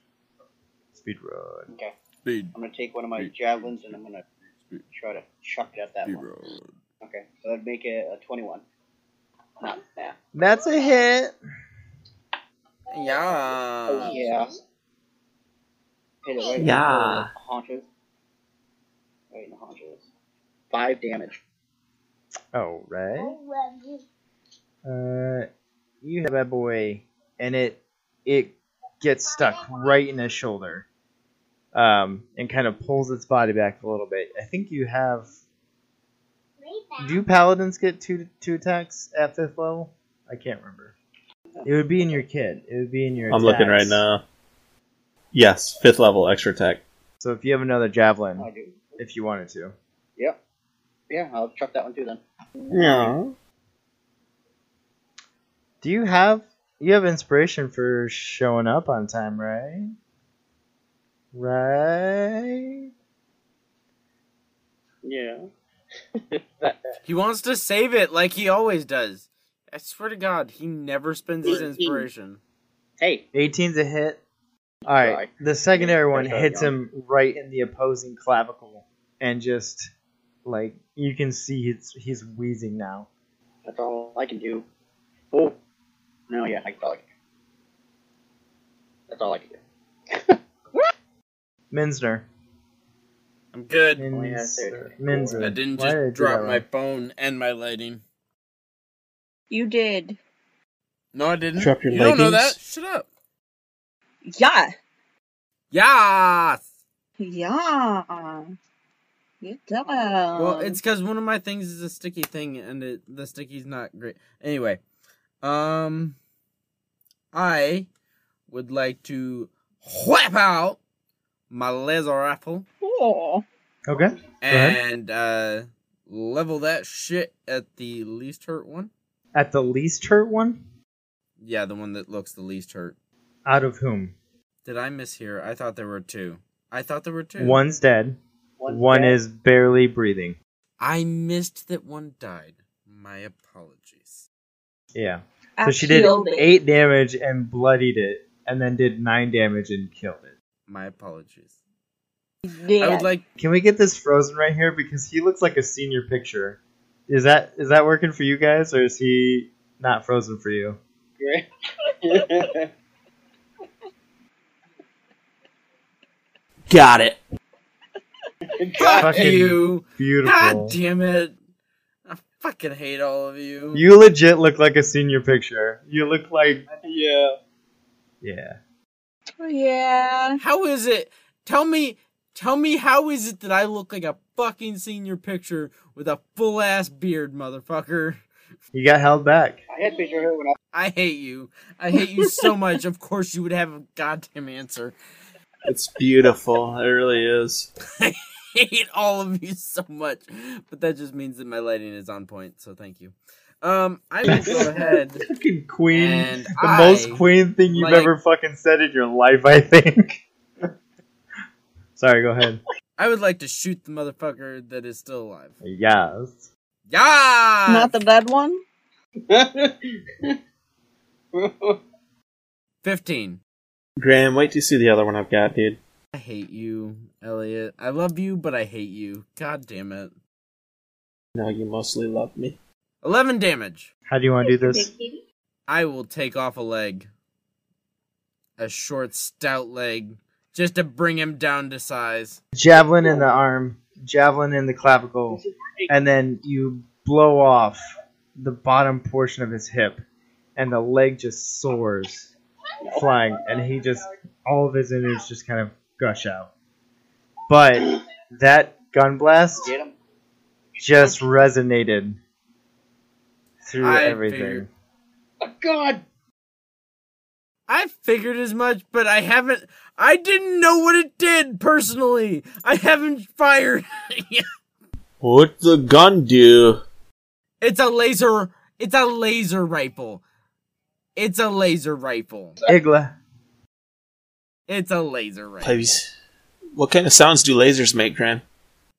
[SPEAKER 3] speed road
[SPEAKER 6] Okay.
[SPEAKER 5] Speed,
[SPEAKER 6] I'm gonna take one of my javelins and I'm gonna try to chuck it at that one. Okay, so that'd make it a 21. Not bad.
[SPEAKER 3] that's a hit
[SPEAKER 5] Yeah.
[SPEAKER 6] Oh, yeah. Hit it right in
[SPEAKER 4] Yeah.
[SPEAKER 6] the haunches. Right in the haunches. Five damage.
[SPEAKER 3] all right uh you hit that boy and it it gets stuck right in his shoulder um, and kind of pulls its body back a little bit. I think you have. Do paladins get two two attacks at fifth level? I can't remember. It would be in your kit. It would be in your.
[SPEAKER 4] I'm looking right
[SPEAKER 3] attacks.
[SPEAKER 4] now. Yes, fifth level extra attack.
[SPEAKER 3] So if you have another
[SPEAKER 6] I
[SPEAKER 3] javelin,
[SPEAKER 6] do.
[SPEAKER 3] if you wanted to,
[SPEAKER 6] Yep. Yeah, I'll chuck that one too then.
[SPEAKER 4] No.
[SPEAKER 3] do you have you have inspiration for showing up on time, right? Right.
[SPEAKER 6] Yeah.
[SPEAKER 5] He wants to save it like he always does. I swear to God, he never spends his
[SPEAKER 6] Eighteen.
[SPEAKER 5] inspiration.
[SPEAKER 6] Hey,
[SPEAKER 3] 18's a hit. All right, the secondary
[SPEAKER 6] Yeah,
[SPEAKER 3] one
[SPEAKER 6] that's right,
[SPEAKER 3] hits
[SPEAKER 6] John.
[SPEAKER 3] him right in the opposing clavicle, and just like you can see, he's he's wheezing now.
[SPEAKER 6] that's all I can do. Oh. No, yeah, I, that's all I can do. That's all I can do.
[SPEAKER 3] Minsner,
[SPEAKER 5] I'm good.
[SPEAKER 6] Oh, yeah,
[SPEAKER 3] Minsner,
[SPEAKER 6] seriously.
[SPEAKER 3] Minsner.
[SPEAKER 5] I didn't
[SPEAKER 3] uh, Why
[SPEAKER 5] just
[SPEAKER 3] did I do
[SPEAKER 5] drop
[SPEAKER 3] that
[SPEAKER 5] my
[SPEAKER 3] wrong?
[SPEAKER 5] phone and my lighting.
[SPEAKER 7] You did.
[SPEAKER 5] No, I didn't.
[SPEAKER 4] Drop your
[SPEAKER 5] you don't know
[SPEAKER 4] leggings?
[SPEAKER 5] that. Shut up.
[SPEAKER 7] Yeah.
[SPEAKER 5] Yes.
[SPEAKER 7] Yeah. You dumb.
[SPEAKER 5] Well,
[SPEAKER 7] Um,
[SPEAKER 5] it's because one of my things is a sticky thing, and it, the sticky's not great. Anyway, um, I would like to whip out my laser rifle
[SPEAKER 7] cool.
[SPEAKER 3] Okay, ahead.
[SPEAKER 5] and uh, level that shit at the least hurt one.
[SPEAKER 3] at the least hurt one.
[SPEAKER 5] Yeah, the one that looks the least hurt.
[SPEAKER 3] Out of whom?
[SPEAKER 5] Did I miss here? I thought there were two. I thought there were two.
[SPEAKER 3] One's dead.
[SPEAKER 6] One's
[SPEAKER 3] one
[SPEAKER 6] dead.
[SPEAKER 3] is barely breathing.
[SPEAKER 5] I missed that one died. My apologies.
[SPEAKER 3] Yeah.
[SPEAKER 7] I
[SPEAKER 3] So she did
[SPEAKER 7] killed it.
[SPEAKER 3] eight damage and bloodied it, and then did nine damage and killed it.
[SPEAKER 5] My apologies. I
[SPEAKER 7] Yeah.
[SPEAKER 5] would like
[SPEAKER 3] Can we get this frozen right here because he looks like a senior picture? Is that is that working for you guys or is he not frozen for you?
[SPEAKER 6] Great.
[SPEAKER 4] Got it.
[SPEAKER 6] God.
[SPEAKER 3] Fucking
[SPEAKER 5] you.
[SPEAKER 3] beautiful.
[SPEAKER 5] God damn it! I fucking hate all of you.
[SPEAKER 3] You legit look like a senior picture. You look like
[SPEAKER 6] Yeah.
[SPEAKER 3] yeah.
[SPEAKER 7] yeah.
[SPEAKER 5] How is it? Tell me, Tell me how is it that I look like a fucking senior picture with a full ass beard, motherfucker?
[SPEAKER 3] You got held back.
[SPEAKER 6] I had picture her when I
[SPEAKER 5] I hate you. I hate you so much. Of course you would have a goddamn answer. [LAUGHS]
[SPEAKER 4] It's beautiful. It really is.
[SPEAKER 5] I hate all of you so much. But that just means that my lighting is on point, so thank you. Um I will go ahead
[SPEAKER 3] Fucking queen.
[SPEAKER 5] and
[SPEAKER 3] the most queen thing you've
[SPEAKER 5] like-
[SPEAKER 3] ever fucking said in your life, I think. [LAUGHS] Sorry, go ahead.
[SPEAKER 5] I would like to shoot the motherfucker that is still alive.
[SPEAKER 3] Yes.
[SPEAKER 5] Yeah.
[SPEAKER 7] Not the dead one.
[SPEAKER 5] Fifteen.
[SPEAKER 4] Graham, wait till you see the other one I've got, dude.
[SPEAKER 5] I hate you, Elliot. I love you, but I hate you. God damn it.
[SPEAKER 4] No, you mostly love me.
[SPEAKER 5] Eleven damage.
[SPEAKER 3] How do you want to do this?
[SPEAKER 5] I will take off a leg. A short, stout leg. Just to bring him down to size.
[SPEAKER 3] Javelin in the arm, javelin in the clavicle, and then you blow off the bottom portion of his hip, and the leg just soars, flying, and he just all of his innards just kind of gush out. But that gun blast
[SPEAKER 6] get him.
[SPEAKER 3] just resonated through
[SPEAKER 5] I
[SPEAKER 3] everything.
[SPEAKER 5] figured-
[SPEAKER 6] Oh, God.
[SPEAKER 5] I figured as much, but I haven't. I didn't know what it did personally. I haven't fired. [LAUGHS]
[SPEAKER 4] What the gun do?
[SPEAKER 5] it's a laser. It's a laser rifle. It's a laser rifle.
[SPEAKER 3] Igla,
[SPEAKER 5] It's a laser rifle.
[SPEAKER 4] Please. What kind of sounds do lasers make, Graham?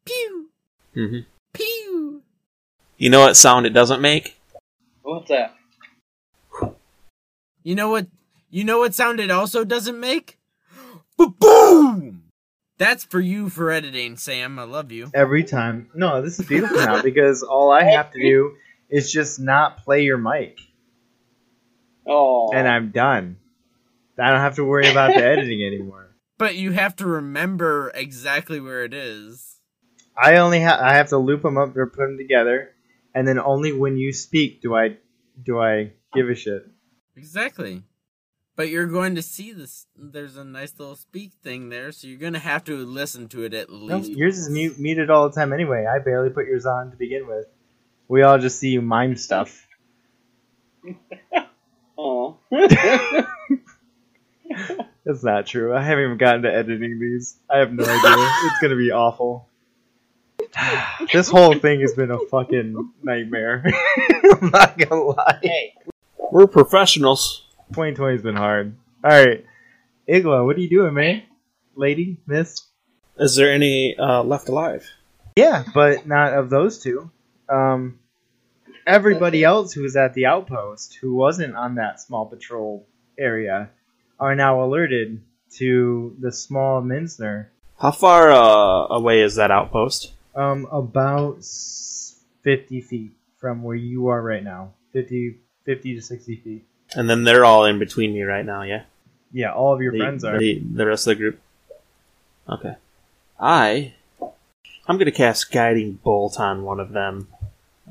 [SPEAKER 5] Pew
[SPEAKER 4] Mm-hmm.
[SPEAKER 5] pew.
[SPEAKER 4] You know what sound it doesn't make?
[SPEAKER 6] What's that?
[SPEAKER 5] You know what? You know what sound it also
[SPEAKER 4] [GASPS]
[SPEAKER 5] doesn't make? Boom! That's for you for editing, Sam. I love you.
[SPEAKER 3] every time. No, this is beautiful now because all I have to do is just not play your mic,
[SPEAKER 6] Oh.
[SPEAKER 3] and I'm done. I don't have to worry about the editing anymore.
[SPEAKER 5] But you have to remember exactly where it is.
[SPEAKER 3] I only have I have to loop them up or put them together, and then only when you speak do I do I give a shit.
[SPEAKER 5] Exactly. But you're going to see this. There's a nice little speak thing there, so you're going to have to listen to it at
[SPEAKER 3] No,
[SPEAKER 5] least.
[SPEAKER 3] yours is mute, muted all the time anyway. I barely put yours on to begin with. We all just see you mime stuff.
[SPEAKER 6] Oh.
[SPEAKER 3] That's not true. I haven't even gotten to editing these. I have no idea. it's gonna be awful. [SIGHS] this whole thing has been a fucking nightmare. [LAUGHS] I'm not gonna lie.
[SPEAKER 6] hey.
[SPEAKER 4] We're professionals.
[SPEAKER 3] 2020's been hard. Alright. Igla, what are you doing, man? Lady? Miss?
[SPEAKER 4] Is there any uh, left alive?
[SPEAKER 3] Yeah, but not of those two. Um, everybody else who was at the outpost, who wasn't on that small patrol area, are now alerted to the small Minsner
[SPEAKER 4] How far uh, away is that outpost?
[SPEAKER 3] Um, about s- 50 feet from where you are right now. 50, 50 to 60 feet.
[SPEAKER 4] And then they're all in between me right now, yeah?
[SPEAKER 3] Yeah, all of your
[SPEAKER 4] The-
[SPEAKER 3] friends are.
[SPEAKER 4] The, the rest of the group. Okay. I. I'm gonna cast Guiding Bolt on one of them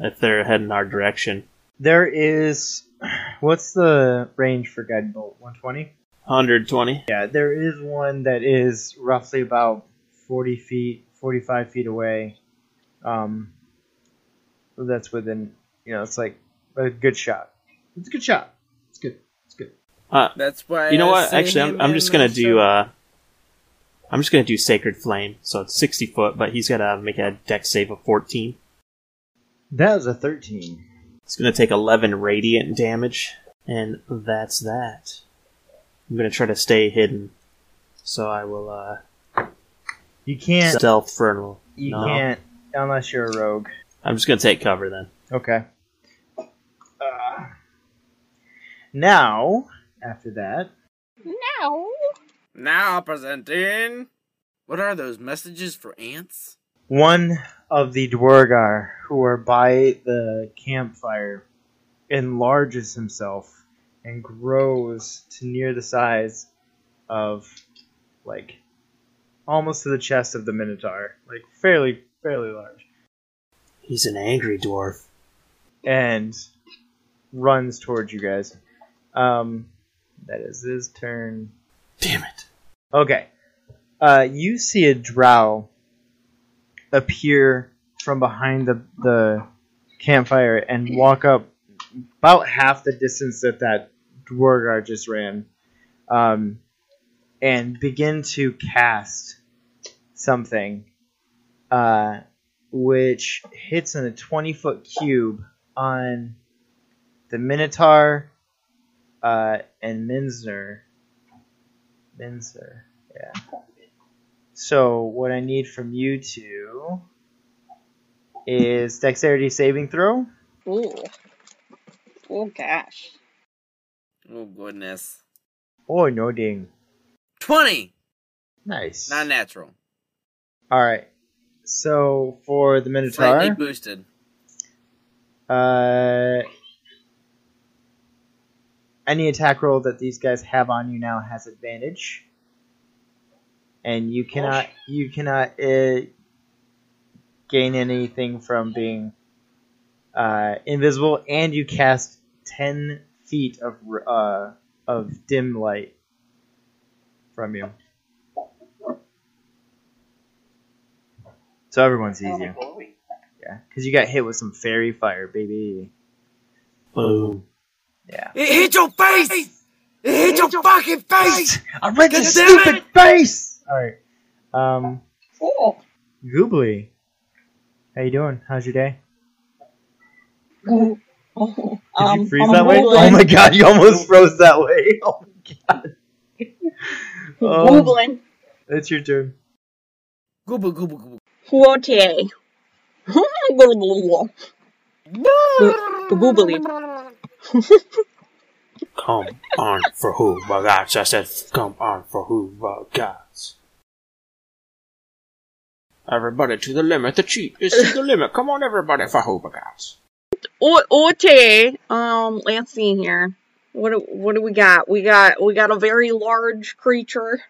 [SPEAKER 4] if they're heading our direction.
[SPEAKER 3] There is. [SIGHS] What's the range for Guiding Bolt? 120?
[SPEAKER 4] 120.
[SPEAKER 3] Yeah, there is one that is roughly about 40 feet, 45 feet away. Um, that's within, you know, it's like a good shot. It's a good shot. It's good. It's good.
[SPEAKER 4] Uh,
[SPEAKER 5] That's why.
[SPEAKER 4] you know
[SPEAKER 5] I
[SPEAKER 4] what?
[SPEAKER 5] say
[SPEAKER 4] Actually, I'm,
[SPEAKER 5] him
[SPEAKER 4] I'm
[SPEAKER 5] and
[SPEAKER 4] just gonna do.
[SPEAKER 5] myself.
[SPEAKER 4] Uh, I'm just gonna do Sacred Flame. So it's 60 foot, but he's gotta make a deck save of 14.
[SPEAKER 3] That was a 13.
[SPEAKER 4] It's going to take 11 radiant damage, and that's that. I'm going to try to stay hidden, so I will uh,
[SPEAKER 3] You can't.
[SPEAKER 4] stealth Fernal.
[SPEAKER 3] You
[SPEAKER 4] No.
[SPEAKER 3] can't. Unless you're a rogue.
[SPEAKER 4] I'm just going to take cover then.
[SPEAKER 3] Okay. Uh, now, after that,
[SPEAKER 7] No.
[SPEAKER 5] Now presenting. What are those messages for ants?
[SPEAKER 3] one of the Dwargar who are by the campfire enlarges himself and grows to near the size of, like, almost to the chest of the Minotaur. Like, fairly, fairly large.
[SPEAKER 4] He's an angry dwarf.
[SPEAKER 3] and runs towards you guys. Um, that is his turn.
[SPEAKER 4] Damn it.
[SPEAKER 3] Okay. Uh, you see a drow appear from behind the, the campfire and walk up about half the distance that that dwargar just ran um, and begin to cast something uh, which hits in a 20 foot cube on the minotaur uh, and minzer minzer yeah so what i need from you two is dexterity saving throw
[SPEAKER 7] Ooh. Oh gosh.
[SPEAKER 5] Oh goodness.
[SPEAKER 3] Oh no ding.
[SPEAKER 5] Twenty.
[SPEAKER 3] Nice.
[SPEAKER 5] Not natural.
[SPEAKER 3] Alright. So for the
[SPEAKER 5] Slightly
[SPEAKER 3] Minotaur.
[SPEAKER 5] boosted.
[SPEAKER 3] Uh any attack roll that these guys have on you now has advantage. And you cannot you cannot uh, gain anything from being uh, invisible and you cast ten feet of r- uh, of dim light from you. So everyone sees you. Yeah, because you got hit with some fairy fire, baby.
[SPEAKER 4] Boom.
[SPEAKER 3] Yeah.
[SPEAKER 5] It hit your face. It hit your fucking face.
[SPEAKER 3] I read
[SPEAKER 5] your
[SPEAKER 3] the
[SPEAKER 5] God damn stupid
[SPEAKER 3] stupid face. All right. Um,
[SPEAKER 6] Cool.
[SPEAKER 3] Goobly, how you doing? How's your day?
[SPEAKER 7] Oh, oh,
[SPEAKER 3] Did
[SPEAKER 7] um,
[SPEAKER 3] you freeze
[SPEAKER 7] I'm
[SPEAKER 3] that way?
[SPEAKER 7] Googling.
[SPEAKER 3] Oh my god, you almost froze that way. [LAUGHS] Oh my god. Um,
[SPEAKER 7] [LAUGHS] Googling.
[SPEAKER 3] it's your turn.
[SPEAKER 5] Gooba gooba gooba.
[SPEAKER 7] [LAUGHS] Huotie. the, the boobily.
[SPEAKER 4] Come on for who, my gods. I said, come on for who, my gods. Everybody to the limit. The cheat is to the limit. Come on, everybody for who, my gods.
[SPEAKER 7] O- Ote, um, let's see here. What do, what do we got? We got we got a very large creature.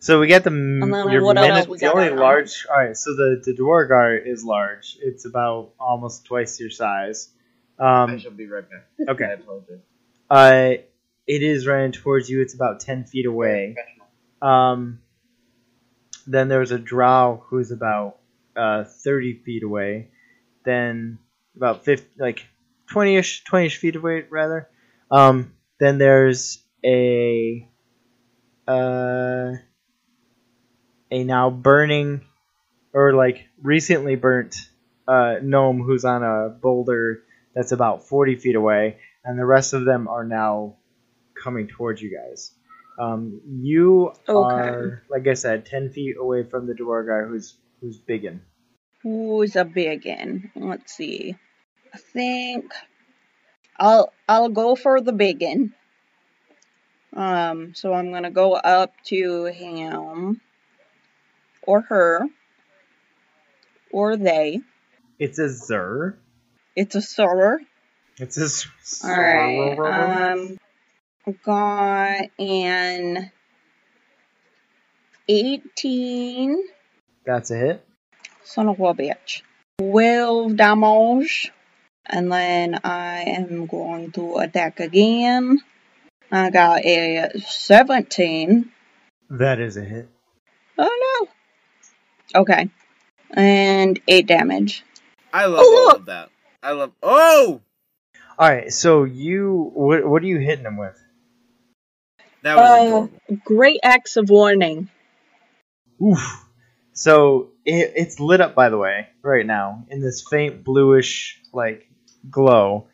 [SPEAKER 3] So we got the
[SPEAKER 7] And then
[SPEAKER 3] your
[SPEAKER 7] what else
[SPEAKER 3] minute,
[SPEAKER 7] we
[SPEAKER 3] the
[SPEAKER 7] got
[SPEAKER 3] only
[SPEAKER 7] on?
[SPEAKER 3] large. All right, so the the dwargar is large. It's about almost twice your size.
[SPEAKER 2] I
[SPEAKER 3] Um,
[SPEAKER 2] shall be right back. I
[SPEAKER 3] [LAUGHS] okay.
[SPEAKER 2] apologize.
[SPEAKER 3] Uh, it is running towards you. It's about ten feet away. Um, then there's a drow who's about uh, 30 feet away. Then about 50, like 20-ish, 20-ish feet away, rather. Um, then there's a uh, a now burning or like recently burnt uh, gnome who's on a boulder that's about 40 feet away, and the rest of them are now coming towards you guys. Um, you
[SPEAKER 7] Okay.
[SPEAKER 3] are, like I said, 10 feet away from the dwarf guy who's who's biggin.
[SPEAKER 7] Who's a big one? Let's see. I think I'll I'll go for the big one. Um, so I'm gonna go up to him or her or they.
[SPEAKER 3] It's a Zer.
[SPEAKER 7] It's a soror.
[SPEAKER 3] It's a s-
[SPEAKER 7] All right. Um, got an eighteen.
[SPEAKER 3] That's a hit.
[SPEAKER 7] Son of a bitch. Twelve damage, and then I am going to attack again. I got a seventeen.
[SPEAKER 3] That is a hit.
[SPEAKER 7] Oh no. Okay, and eight damage.
[SPEAKER 5] I love
[SPEAKER 7] Oh,
[SPEAKER 5] all
[SPEAKER 7] look.
[SPEAKER 5] of that. I love. Oh,
[SPEAKER 3] All right, so you what what are you hitting him with?
[SPEAKER 5] that was
[SPEAKER 7] Uh,
[SPEAKER 5] adorable.
[SPEAKER 7] Great acts of warning.
[SPEAKER 3] Oof. So it, it's lit up, by the way, right now in this faint bluish like glow,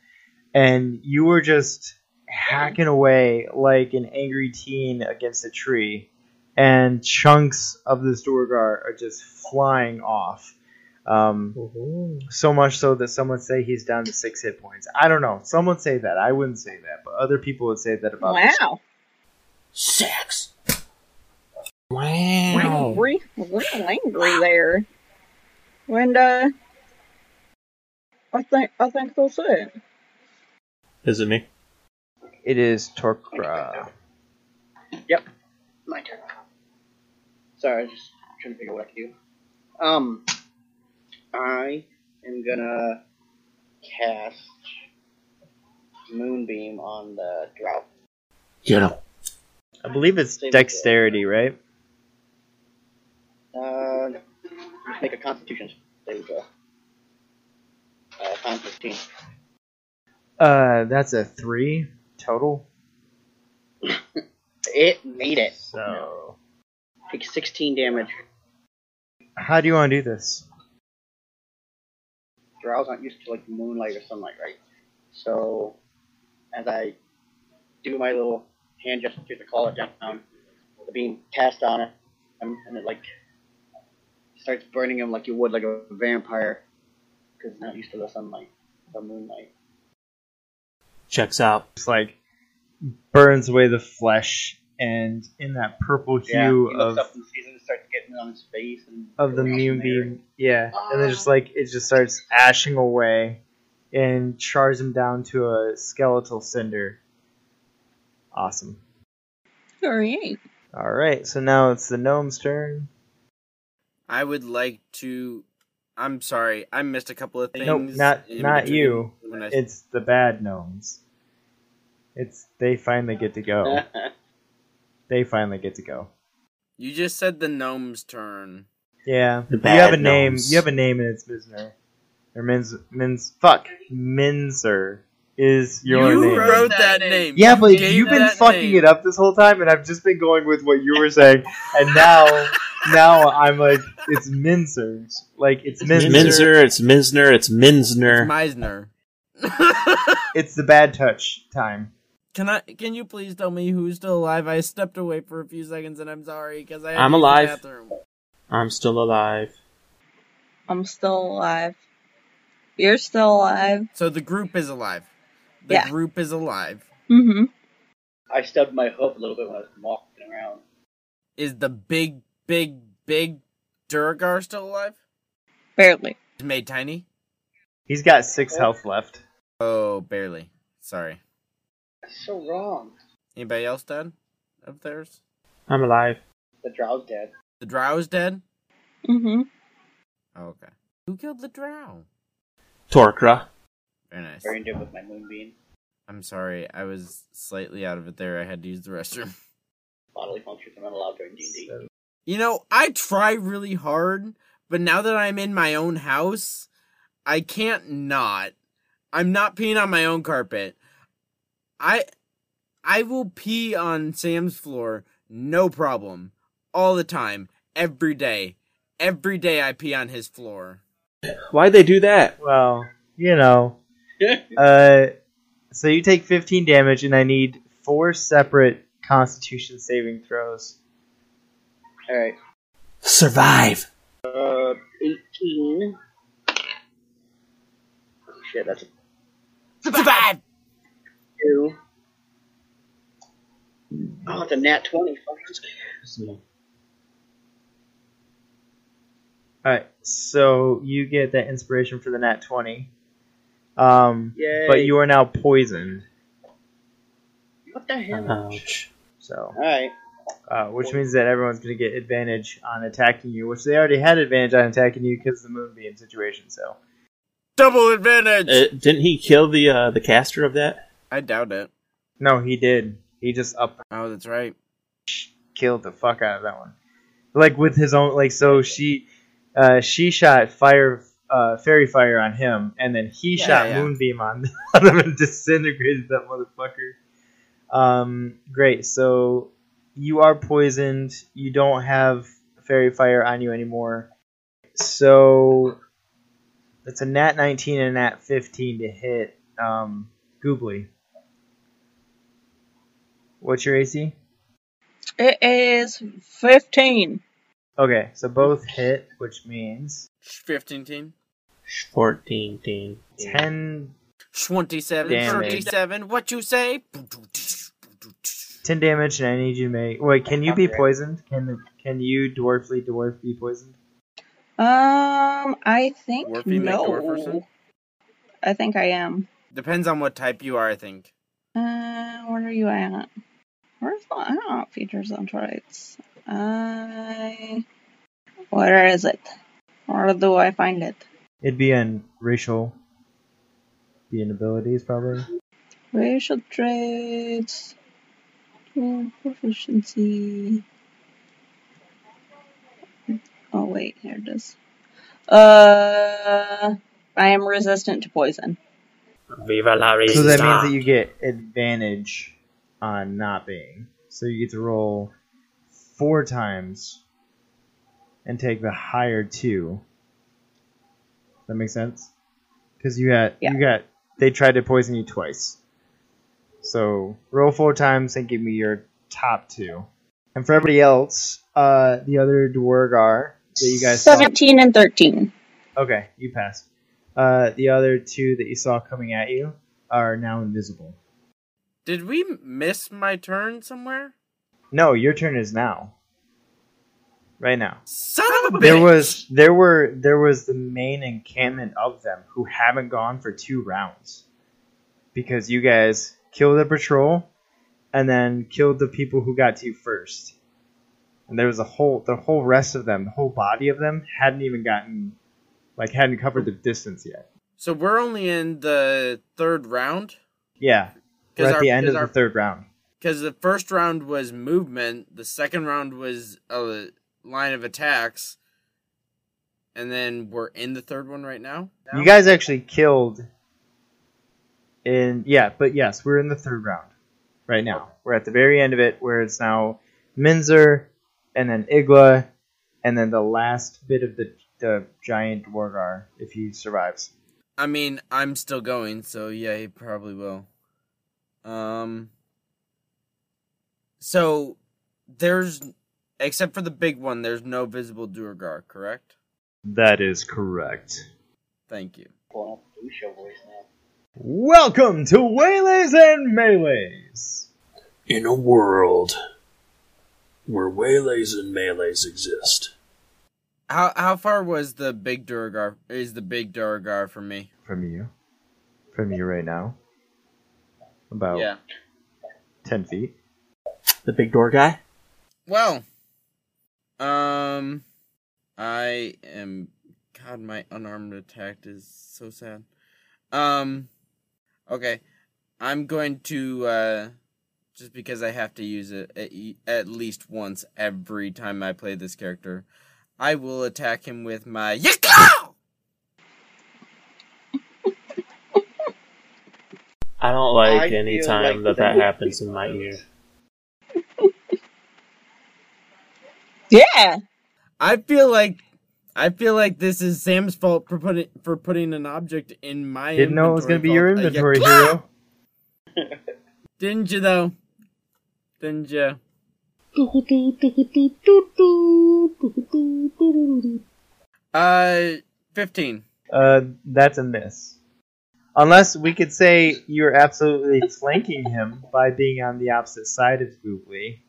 [SPEAKER 3] and you were just hacking away like an angry teen against a tree, and chunks of this Dorgar are just flying off. Um, so much so that someone say he's down to six hit points. I don't know. Someone say that. I wouldn't say that, but other people would say that about. this.
[SPEAKER 7] Wow.
[SPEAKER 4] Six. Wow.
[SPEAKER 7] Re- real angry there. And uh, I think I think that's it.
[SPEAKER 4] Is it me?
[SPEAKER 3] It is Torkra.
[SPEAKER 6] My turn. Sorry, I was just trying to figure out what I could do. Um, I am gonna cast Moonbeam on the drought.
[SPEAKER 4] You know.
[SPEAKER 3] I believe it's
[SPEAKER 6] Same
[SPEAKER 3] dexterity, right?
[SPEAKER 6] Uh, make a Constitution save. Uh, uh, con 15.
[SPEAKER 3] Uh, that's a three total.
[SPEAKER 6] It made it.
[SPEAKER 3] So,
[SPEAKER 6] Take 16 damage.
[SPEAKER 3] how do you want to do this?
[SPEAKER 6] Drow's aren't used to like moonlight or sunlight, right? So, as I do my little hand gesture to call it down, um, the beam cast on it, and, and it like starts burning him like you would like a vampire, because it's not used to the sunlight, the moonlight.
[SPEAKER 4] Checks out.
[SPEAKER 3] It's like burns away the flesh, and in that purple
[SPEAKER 6] Yeah,
[SPEAKER 3] hue
[SPEAKER 6] he
[SPEAKER 3] of
[SPEAKER 6] looks up and sees it and starts getting on his face and
[SPEAKER 3] of the moon beam. Yeah, and then just like it just starts ashing away and chars him down to a skeletal cinder. Awesome.
[SPEAKER 7] All right.
[SPEAKER 3] All right, so now it's the gnome's turn.
[SPEAKER 5] I would like to. I'm sorry, I missed a couple of things.
[SPEAKER 3] Nope, not
[SPEAKER 5] in
[SPEAKER 3] not
[SPEAKER 5] between
[SPEAKER 3] you.
[SPEAKER 5] when I-
[SPEAKER 3] It's the bad gnomes. It's they finally get to go.
[SPEAKER 6] [LAUGHS]
[SPEAKER 3] They finally get to go.
[SPEAKER 5] you just said the gnome's turn.
[SPEAKER 3] Yeah,
[SPEAKER 4] The
[SPEAKER 3] you have a
[SPEAKER 4] bad
[SPEAKER 3] name.
[SPEAKER 4] gnomes.
[SPEAKER 3] You have a name, and it's Misner. Or Mins Mins. Fuck, Minzer is your
[SPEAKER 5] you
[SPEAKER 3] name.
[SPEAKER 5] wrote that name.
[SPEAKER 3] Yeah, but
[SPEAKER 5] gave
[SPEAKER 3] you've been
[SPEAKER 5] that
[SPEAKER 3] fucking
[SPEAKER 5] name.
[SPEAKER 3] it up this whole time, and I've just been going with what you were saying, and
[SPEAKER 5] [LAUGHS]
[SPEAKER 3] now, now I'm like, it's Minzer, like it's
[SPEAKER 4] It's
[SPEAKER 3] Minzer.
[SPEAKER 4] Minzer, it's Misner, it's Minsner.
[SPEAKER 7] [LAUGHS]
[SPEAKER 5] Meisner.
[SPEAKER 3] It's the bad touch time.
[SPEAKER 5] can I? Can you please tell me who's still alive? I stepped away for a few seconds, and I'm sorry because I. Had
[SPEAKER 4] I'm
[SPEAKER 5] to use the
[SPEAKER 4] alive.
[SPEAKER 5] bathroom.
[SPEAKER 4] I'm still alive.
[SPEAKER 7] I'm still alive. You're still alive.
[SPEAKER 5] So the group is alive. The
[SPEAKER 7] Yeah.
[SPEAKER 5] group is alive.
[SPEAKER 7] Mm-hmm.
[SPEAKER 6] I stubbed my hoof a little bit when I was walking around.
[SPEAKER 5] Is the big, big, big Durgar still alive?
[SPEAKER 7] Barely.
[SPEAKER 5] Is made tiny.
[SPEAKER 3] He's got six health left.
[SPEAKER 5] Oh, barely. Sorry.
[SPEAKER 6] That's so wrong.
[SPEAKER 5] Anybody else dead? Of theirs?
[SPEAKER 4] I'm alive.
[SPEAKER 6] The drow's dead.
[SPEAKER 5] The drow's dead.
[SPEAKER 7] Mm-hmm.
[SPEAKER 5] Oh, okay. Who killed the drow?
[SPEAKER 4] Torkra.
[SPEAKER 5] Very nice.
[SPEAKER 6] Buried him with my moonbeam.
[SPEAKER 5] I'm sorry, I was slightly out of it there. I had to use the restroom.
[SPEAKER 6] Bodily functions are not allowed during D&D.
[SPEAKER 5] You know, I try really hard, but now that I'm in my own house, I can't not. I'm not peeing on my own carpet. I I will pee on Sam's floor, no problem. All the time, every day. Every day I pee on his floor.
[SPEAKER 4] Why'd they do that?
[SPEAKER 3] Well, you
[SPEAKER 5] [LAUGHS]
[SPEAKER 3] know, uh, so you take 15 damage, and I need four separate Constitution saving throws.
[SPEAKER 6] All right.
[SPEAKER 4] Survive.
[SPEAKER 6] Uh, 18. Oh, Shit, that's a
[SPEAKER 5] Survive!
[SPEAKER 6] 2. Oh, it's a nat 20. Fuck.
[SPEAKER 3] All right, so you get that inspiration for the nat 20. Um,
[SPEAKER 6] Yay.
[SPEAKER 3] but you are now poisoned.
[SPEAKER 6] What the hell?
[SPEAKER 4] Ouch.
[SPEAKER 3] So.
[SPEAKER 6] All right.
[SPEAKER 3] Uh, which means that everyone's going to get advantage on attacking you, which they already had advantage on attacking you because of the moonbeam situation. So
[SPEAKER 5] Double advantage!
[SPEAKER 4] Uh, didn't he kill the uh, the caster of that?
[SPEAKER 5] I doubt it.
[SPEAKER 3] no, he did. He just up
[SPEAKER 5] Oh, that's right.
[SPEAKER 3] killed the fuck out of that one, like with his own. Like so, she uh, she shot fire uh, fairy fire on him, and then he
[SPEAKER 5] Yeah,
[SPEAKER 3] shot
[SPEAKER 5] yeah, yeah.
[SPEAKER 3] moonbeam on [LAUGHS] on him and disintegrated that motherfucker. Um, great. So you are poisoned. You don't have fairy fire on you anymore. So it's a nat 19 and a nat 15 to hit um, Goobly. What's your AC?
[SPEAKER 7] It is 15.
[SPEAKER 3] Okay, so both hit, which means
[SPEAKER 5] 15 team.
[SPEAKER 4] 14 teen.
[SPEAKER 3] 10,
[SPEAKER 5] 27,
[SPEAKER 3] Damage.
[SPEAKER 5] 37, what you say?
[SPEAKER 3] 10 damage, and I need you to make. Wait, can you be poisoned? Can can you dwarfly dwarf be poisoned?
[SPEAKER 7] Um, I think
[SPEAKER 5] Dwarf, you make
[SPEAKER 7] no.
[SPEAKER 5] dwarf person?
[SPEAKER 7] I think I am.
[SPEAKER 5] Depends on what type you are, I think.
[SPEAKER 7] Uh, where are you at? Where's the I don't know, features and traits? I. Where is it? Where do I find it?
[SPEAKER 3] It'd be in racial. Be in abilities, probably.
[SPEAKER 7] Racial traits. Oh, Tool proficiency. Oh wait, here it is. Uh, I am resistant to poison.
[SPEAKER 4] Viva la
[SPEAKER 3] So that means that you get advantage on not being. So you get to roll four times and take the higher two. That makes sense? Because you got
[SPEAKER 7] Yeah.
[SPEAKER 3] you got they tried to poison you twice. So roll four times and give me your top two. And for everybody else, uh, the other dwargar that you guys saw.
[SPEAKER 7] Seventeen and thirteen.
[SPEAKER 3] Okay, you passed. Uh, the other two that you saw coming at you are now invisible.
[SPEAKER 5] Did we miss my turn somewhere?
[SPEAKER 3] No, your turn is now. Right now.
[SPEAKER 5] Son of a bitch!
[SPEAKER 3] There was there were there was the main encampment of them who haven't gone for two rounds. Because you guys killed the patrol and then killed the people who got to you first. And there was a whole the whole rest of them, the whole body of them hadn't even gotten like hadn't covered the distance yet.
[SPEAKER 5] So we're only in the third round
[SPEAKER 3] Yeah. We're
[SPEAKER 5] 'Cause
[SPEAKER 3] at
[SPEAKER 5] our-
[SPEAKER 3] the end
[SPEAKER 5] 'cause
[SPEAKER 3] of
[SPEAKER 5] our-
[SPEAKER 3] the third round.
[SPEAKER 5] because the first round was movement, the second round was a line of attacks, and then we're in the third one right now.
[SPEAKER 3] You guys actually killed in yeah, but yes, we're in the third round right now. We're at the very end of it where it's now Minzer and then Igla and then the last bit of the the giant Dwargar if he survives.
[SPEAKER 5] I mean, I'm still going, so yeah, he probably will. Um. So, there's except for the big one, there's no visible Durgar, correct?
[SPEAKER 3] That is correct.
[SPEAKER 5] Thank you.
[SPEAKER 6] Pulling up the show voice now.
[SPEAKER 3] Welcome to Waylays and Melees.
[SPEAKER 8] In a world where waylays and melees exist,
[SPEAKER 5] How how far was the big Durgar? Is the big Durgar for me?
[SPEAKER 3] From you. From you right now. About
[SPEAKER 5] Yeah.
[SPEAKER 3] ten feet.
[SPEAKER 4] The big door guy?
[SPEAKER 5] Well, um, I am. God, my unarmed attack is so sad. Um, okay, I'm going to uh, just because I have to use it at, e- at least once every time I play this character. I will attack him with my Yakao!
[SPEAKER 4] I don't like
[SPEAKER 6] I
[SPEAKER 4] any
[SPEAKER 6] feel
[SPEAKER 4] time that
[SPEAKER 6] like
[SPEAKER 4] that
[SPEAKER 6] that-
[SPEAKER 4] happens in my ear.
[SPEAKER 7] [LAUGHS] Yeah.
[SPEAKER 5] I feel like. I feel like this is Sam's fault for putting for putting an object in my
[SPEAKER 3] Didn't know it was gonna be your
[SPEAKER 5] called a
[SPEAKER 3] inventory
[SPEAKER 5] Yakao!
[SPEAKER 3] hero.
[SPEAKER 5] Didn't you though? Didn't you? Uh, fifteen.
[SPEAKER 3] Uh, that's a miss. Unless we could say you're absolutely flanking him by being on the opposite side of Goobly.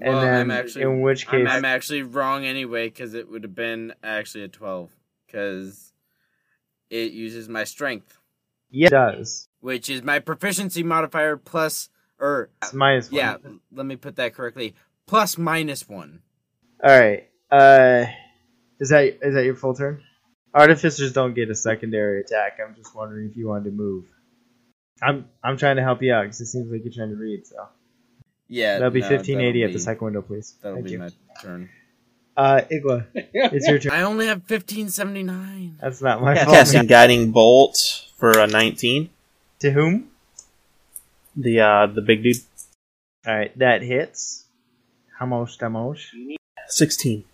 [SPEAKER 3] And
[SPEAKER 5] Well,
[SPEAKER 3] then,
[SPEAKER 5] I'm actually-
[SPEAKER 3] in which
[SPEAKER 5] I'm,
[SPEAKER 3] case,
[SPEAKER 5] I'm actually wrong anyway because it would have been actually a twelve because it uses my strength,
[SPEAKER 3] yeah, it does.
[SPEAKER 5] which is my proficiency modifier plus or
[SPEAKER 3] It's minus one.
[SPEAKER 5] yeah. Let me put that correctly. Plus minus one.
[SPEAKER 3] All right. Uh, is that is that your full turn? Artificers don't get a secondary attack. I'm just wondering if you wanted to move. I'm I'm trying to help you out because it seems like you're trying to read. So
[SPEAKER 5] Yeah,
[SPEAKER 3] that'll be
[SPEAKER 5] Uh, no,
[SPEAKER 3] 1580
[SPEAKER 5] that'll
[SPEAKER 3] at the
[SPEAKER 5] be-
[SPEAKER 3] second window, please.
[SPEAKER 5] That'll
[SPEAKER 3] Thank
[SPEAKER 5] be
[SPEAKER 3] you.
[SPEAKER 5] my turn.
[SPEAKER 3] Uh, Igla, it's
[SPEAKER 5] [LAUGHS]
[SPEAKER 3] your turn.
[SPEAKER 5] I only have fifteen seventy nine.
[SPEAKER 3] That's not my
[SPEAKER 6] Oh,
[SPEAKER 3] fault.
[SPEAKER 4] Casting guiding bolt for a 19.
[SPEAKER 3] To whom?
[SPEAKER 4] The uh, the big dude,
[SPEAKER 3] All right, that hits. How much damage?
[SPEAKER 4] 16.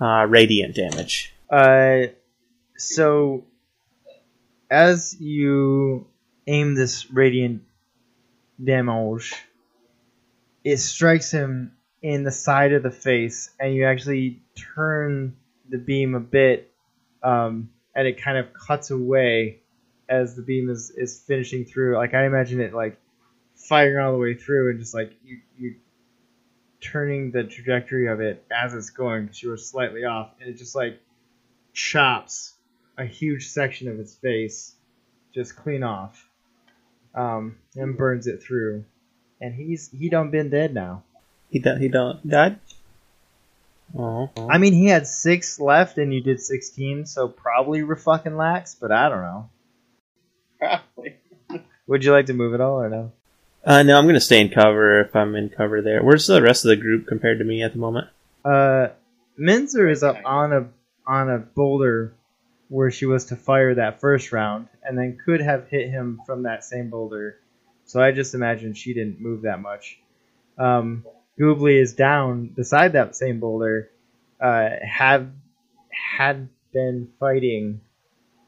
[SPEAKER 4] Uh, radiant damage.
[SPEAKER 3] Uh, so as you aim this radiant damage, it strikes him in the side of the face, and you actually turn the beam a bit, um, and it kind of cuts away as the beam is, is finishing through. Like I imagine it like firing all the way through, and just like you you turning the trajectory of it as it's going because you were slightly off, and it just like chops a huge section of its face just clean off, um, and burns it through. And he's he done been dead now.
[SPEAKER 4] He, di- he don't died?
[SPEAKER 6] Uh-huh.
[SPEAKER 4] Oh.
[SPEAKER 3] I mean, he had six left, and you did sixteen, so probably re fucking lax. But I don't know.
[SPEAKER 6] [LAUGHS] Probably.
[SPEAKER 3] Would you like to move at all or no?
[SPEAKER 4] Uh, no, I'm going to stay in cover if I'm in cover there. Where's the rest of the group compared to me at the moment?
[SPEAKER 3] Uh, Minzer is up on a on a boulder where she was to fire that first round, and then could have hit him from that same boulder. So I just imagine she didn't move that much. Um, Goobly is down beside that same boulder. Uh, have had been fighting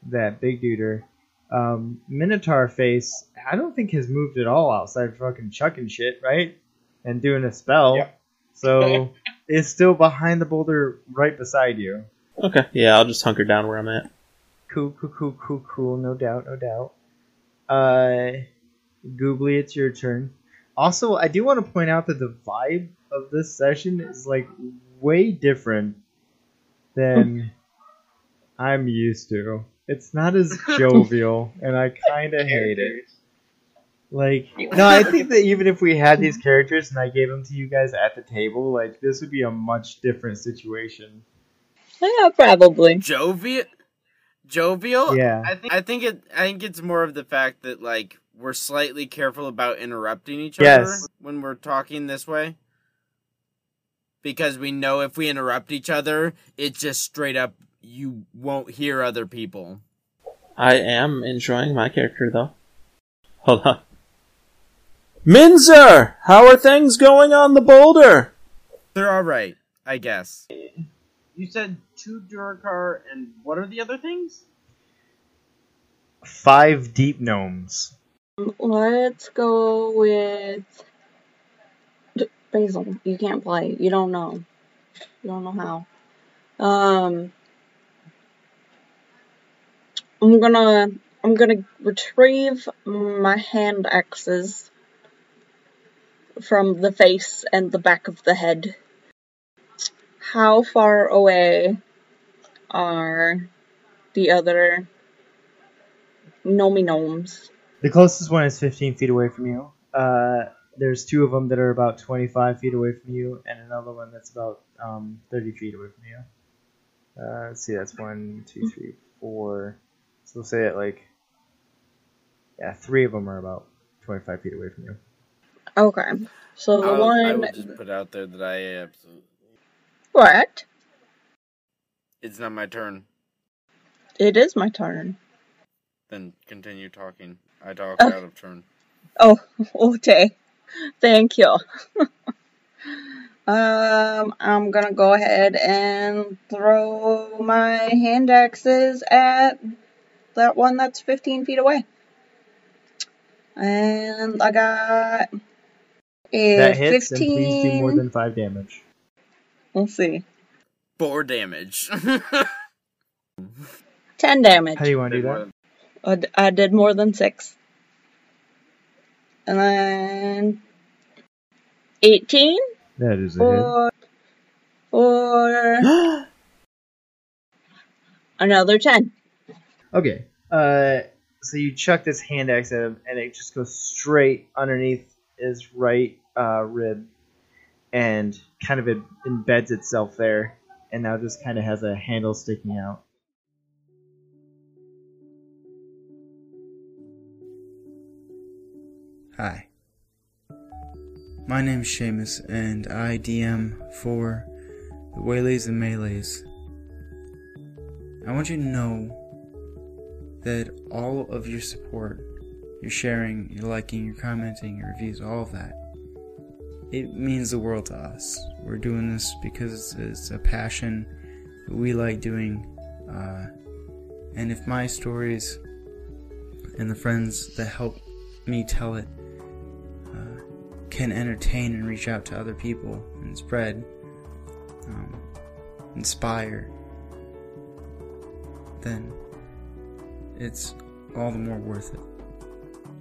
[SPEAKER 3] that big duder. Um, Minotaur face, I don't think has moved at all outside fucking chucking shit, right? And doing a spell.
[SPEAKER 6] Yep.
[SPEAKER 3] So is still behind the boulder right beside you.
[SPEAKER 4] Okay. Yeah, I'll just hunker down where I'm at.
[SPEAKER 3] Cool, cool, cool, cool, cool. No doubt, no doubt. Uh, Goobly, it's your turn. Also, I do want to point out that the vibe of this session is like way different than I'm used to. It's not as jovial, and I kind of hate it. Like, no, I think that even if we had these characters and I gave them to you guys at the table, like this would be a much different situation.
[SPEAKER 7] Yeah, probably.
[SPEAKER 5] Jovial. Jovial.
[SPEAKER 3] Yeah.
[SPEAKER 5] [LAUGHS] I think I think it I think it's more of the fact that like we're slightly careful about interrupting each
[SPEAKER 3] Yes.
[SPEAKER 5] other when we're talking this way. Because we know if we interrupt each other, it's just straight up you won't hear other people.
[SPEAKER 4] I am enjoying my character though. Hold on. Minzer, how are things going on the boulder?
[SPEAKER 5] They're all right, I guess. You said two Durakar and what are the other things?
[SPEAKER 3] Five deep gnomes.
[SPEAKER 7] Um, Let's go with D- Basil. You can't play. You don't know. You don't know how. Um, I'm gonna I'm gonna retrieve my hand axes from the face and the back of the head. How far away are the other gnomey gnomes?
[SPEAKER 3] The closest one is 15 feet away from you. Uh, there's two of them that are about 25 feet away from you, and another one that's about um, 30 feet away from you. Uh, let's see, that's one, two, three, four. So we'll say it like, yeah, three of them are about 25 feet away from you.
[SPEAKER 7] Okay. So the
[SPEAKER 5] I'll, I
[SPEAKER 7] one
[SPEAKER 5] will just put out there that I absolutely
[SPEAKER 7] What?
[SPEAKER 5] it's not my turn.
[SPEAKER 7] It is my turn.
[SPEAKER 5] Then continue talking. I talk
[SPEAKER 7] Okay.
[SPEAKER 5] out of turn.
[SPEAKER 7] Oh, [LAUGHS] okay. Thank you. [LAUGHS] um, I'm gonna go ahead and throw my hand axes at that one that's 15 feet away. And I got a
[SPEAKER 3] that hits,
[SPEAKER 7] 15.
[SPEAKER 3] and please do more than five damage.
[SPEAKER 7] We'll see.
[SPEAKER 5] Bore damage. [LAUGHS]
[SPEAKER 7] 10 damage.
[SPEAKER 3] How do you want to do that?
[SPEAKER 7] I, d- I did more than six. And then 18
[SPEAKER 3] That is a hit.
[SPEAKER 7] or, or another 10.
[SPEAKER 3] Okay. Uh, so you chuck this hand axe at him, and it just goes straight underneath his right uh, rib, and kind of em- embeds itself there, and now just kind of has a handle sticking out.
[SPEAKER 1] Hi. My name's Seamus, and I DM for the Waylays and Melees. I want you to know that all of your support, your sharing, your liking, your commenting, your reviews, all of that, it means the world to us. We're doing this because it's a passion that we like doing. Uh, and if my stories and the friends that help me tell it can entertain and reach out to other people and spread, um, inspire, then it's all the more worth it.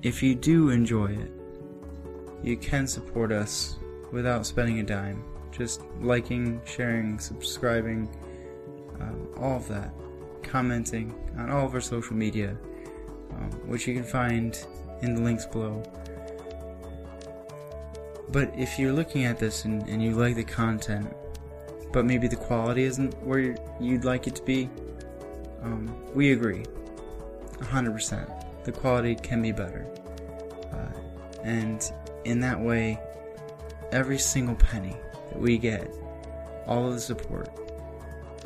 [SPEAKER 1] If you do enjoy it, you can support us without spending a dime. Just liking, sharing, subscribing, um, all of that. Commenting on all of our social media, um, which you can find in the links below. But if you're looking at this and, and you like the content, but maybe the quality isn't where you'd like it to be, um, we agree. 100%. The quality can be better. Uh, and in that way, every single penny that we get, all of the support,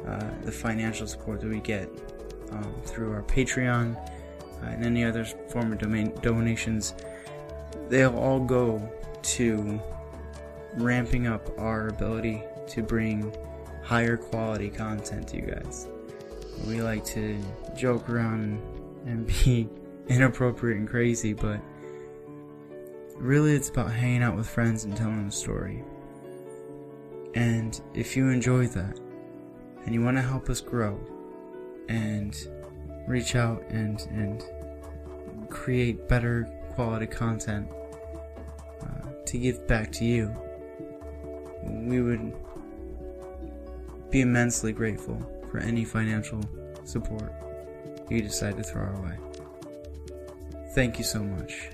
[SPEAKER 1] uh, the financial support that we get um, through our Patreon uh, and any other form of domain donations, they'll all go to ramping up our ability to bring higher quality content to you guys. We like to joke around and be [LAUGHS] inappropriate and crazy, but really it's about hanging out with friends and telling a story. And if you enjoy that and you want to help us grow and reach out and and create better quality content uh, to give back to you, we would be immensely grateful for any financial support you decide to throw our way. Thank you so much.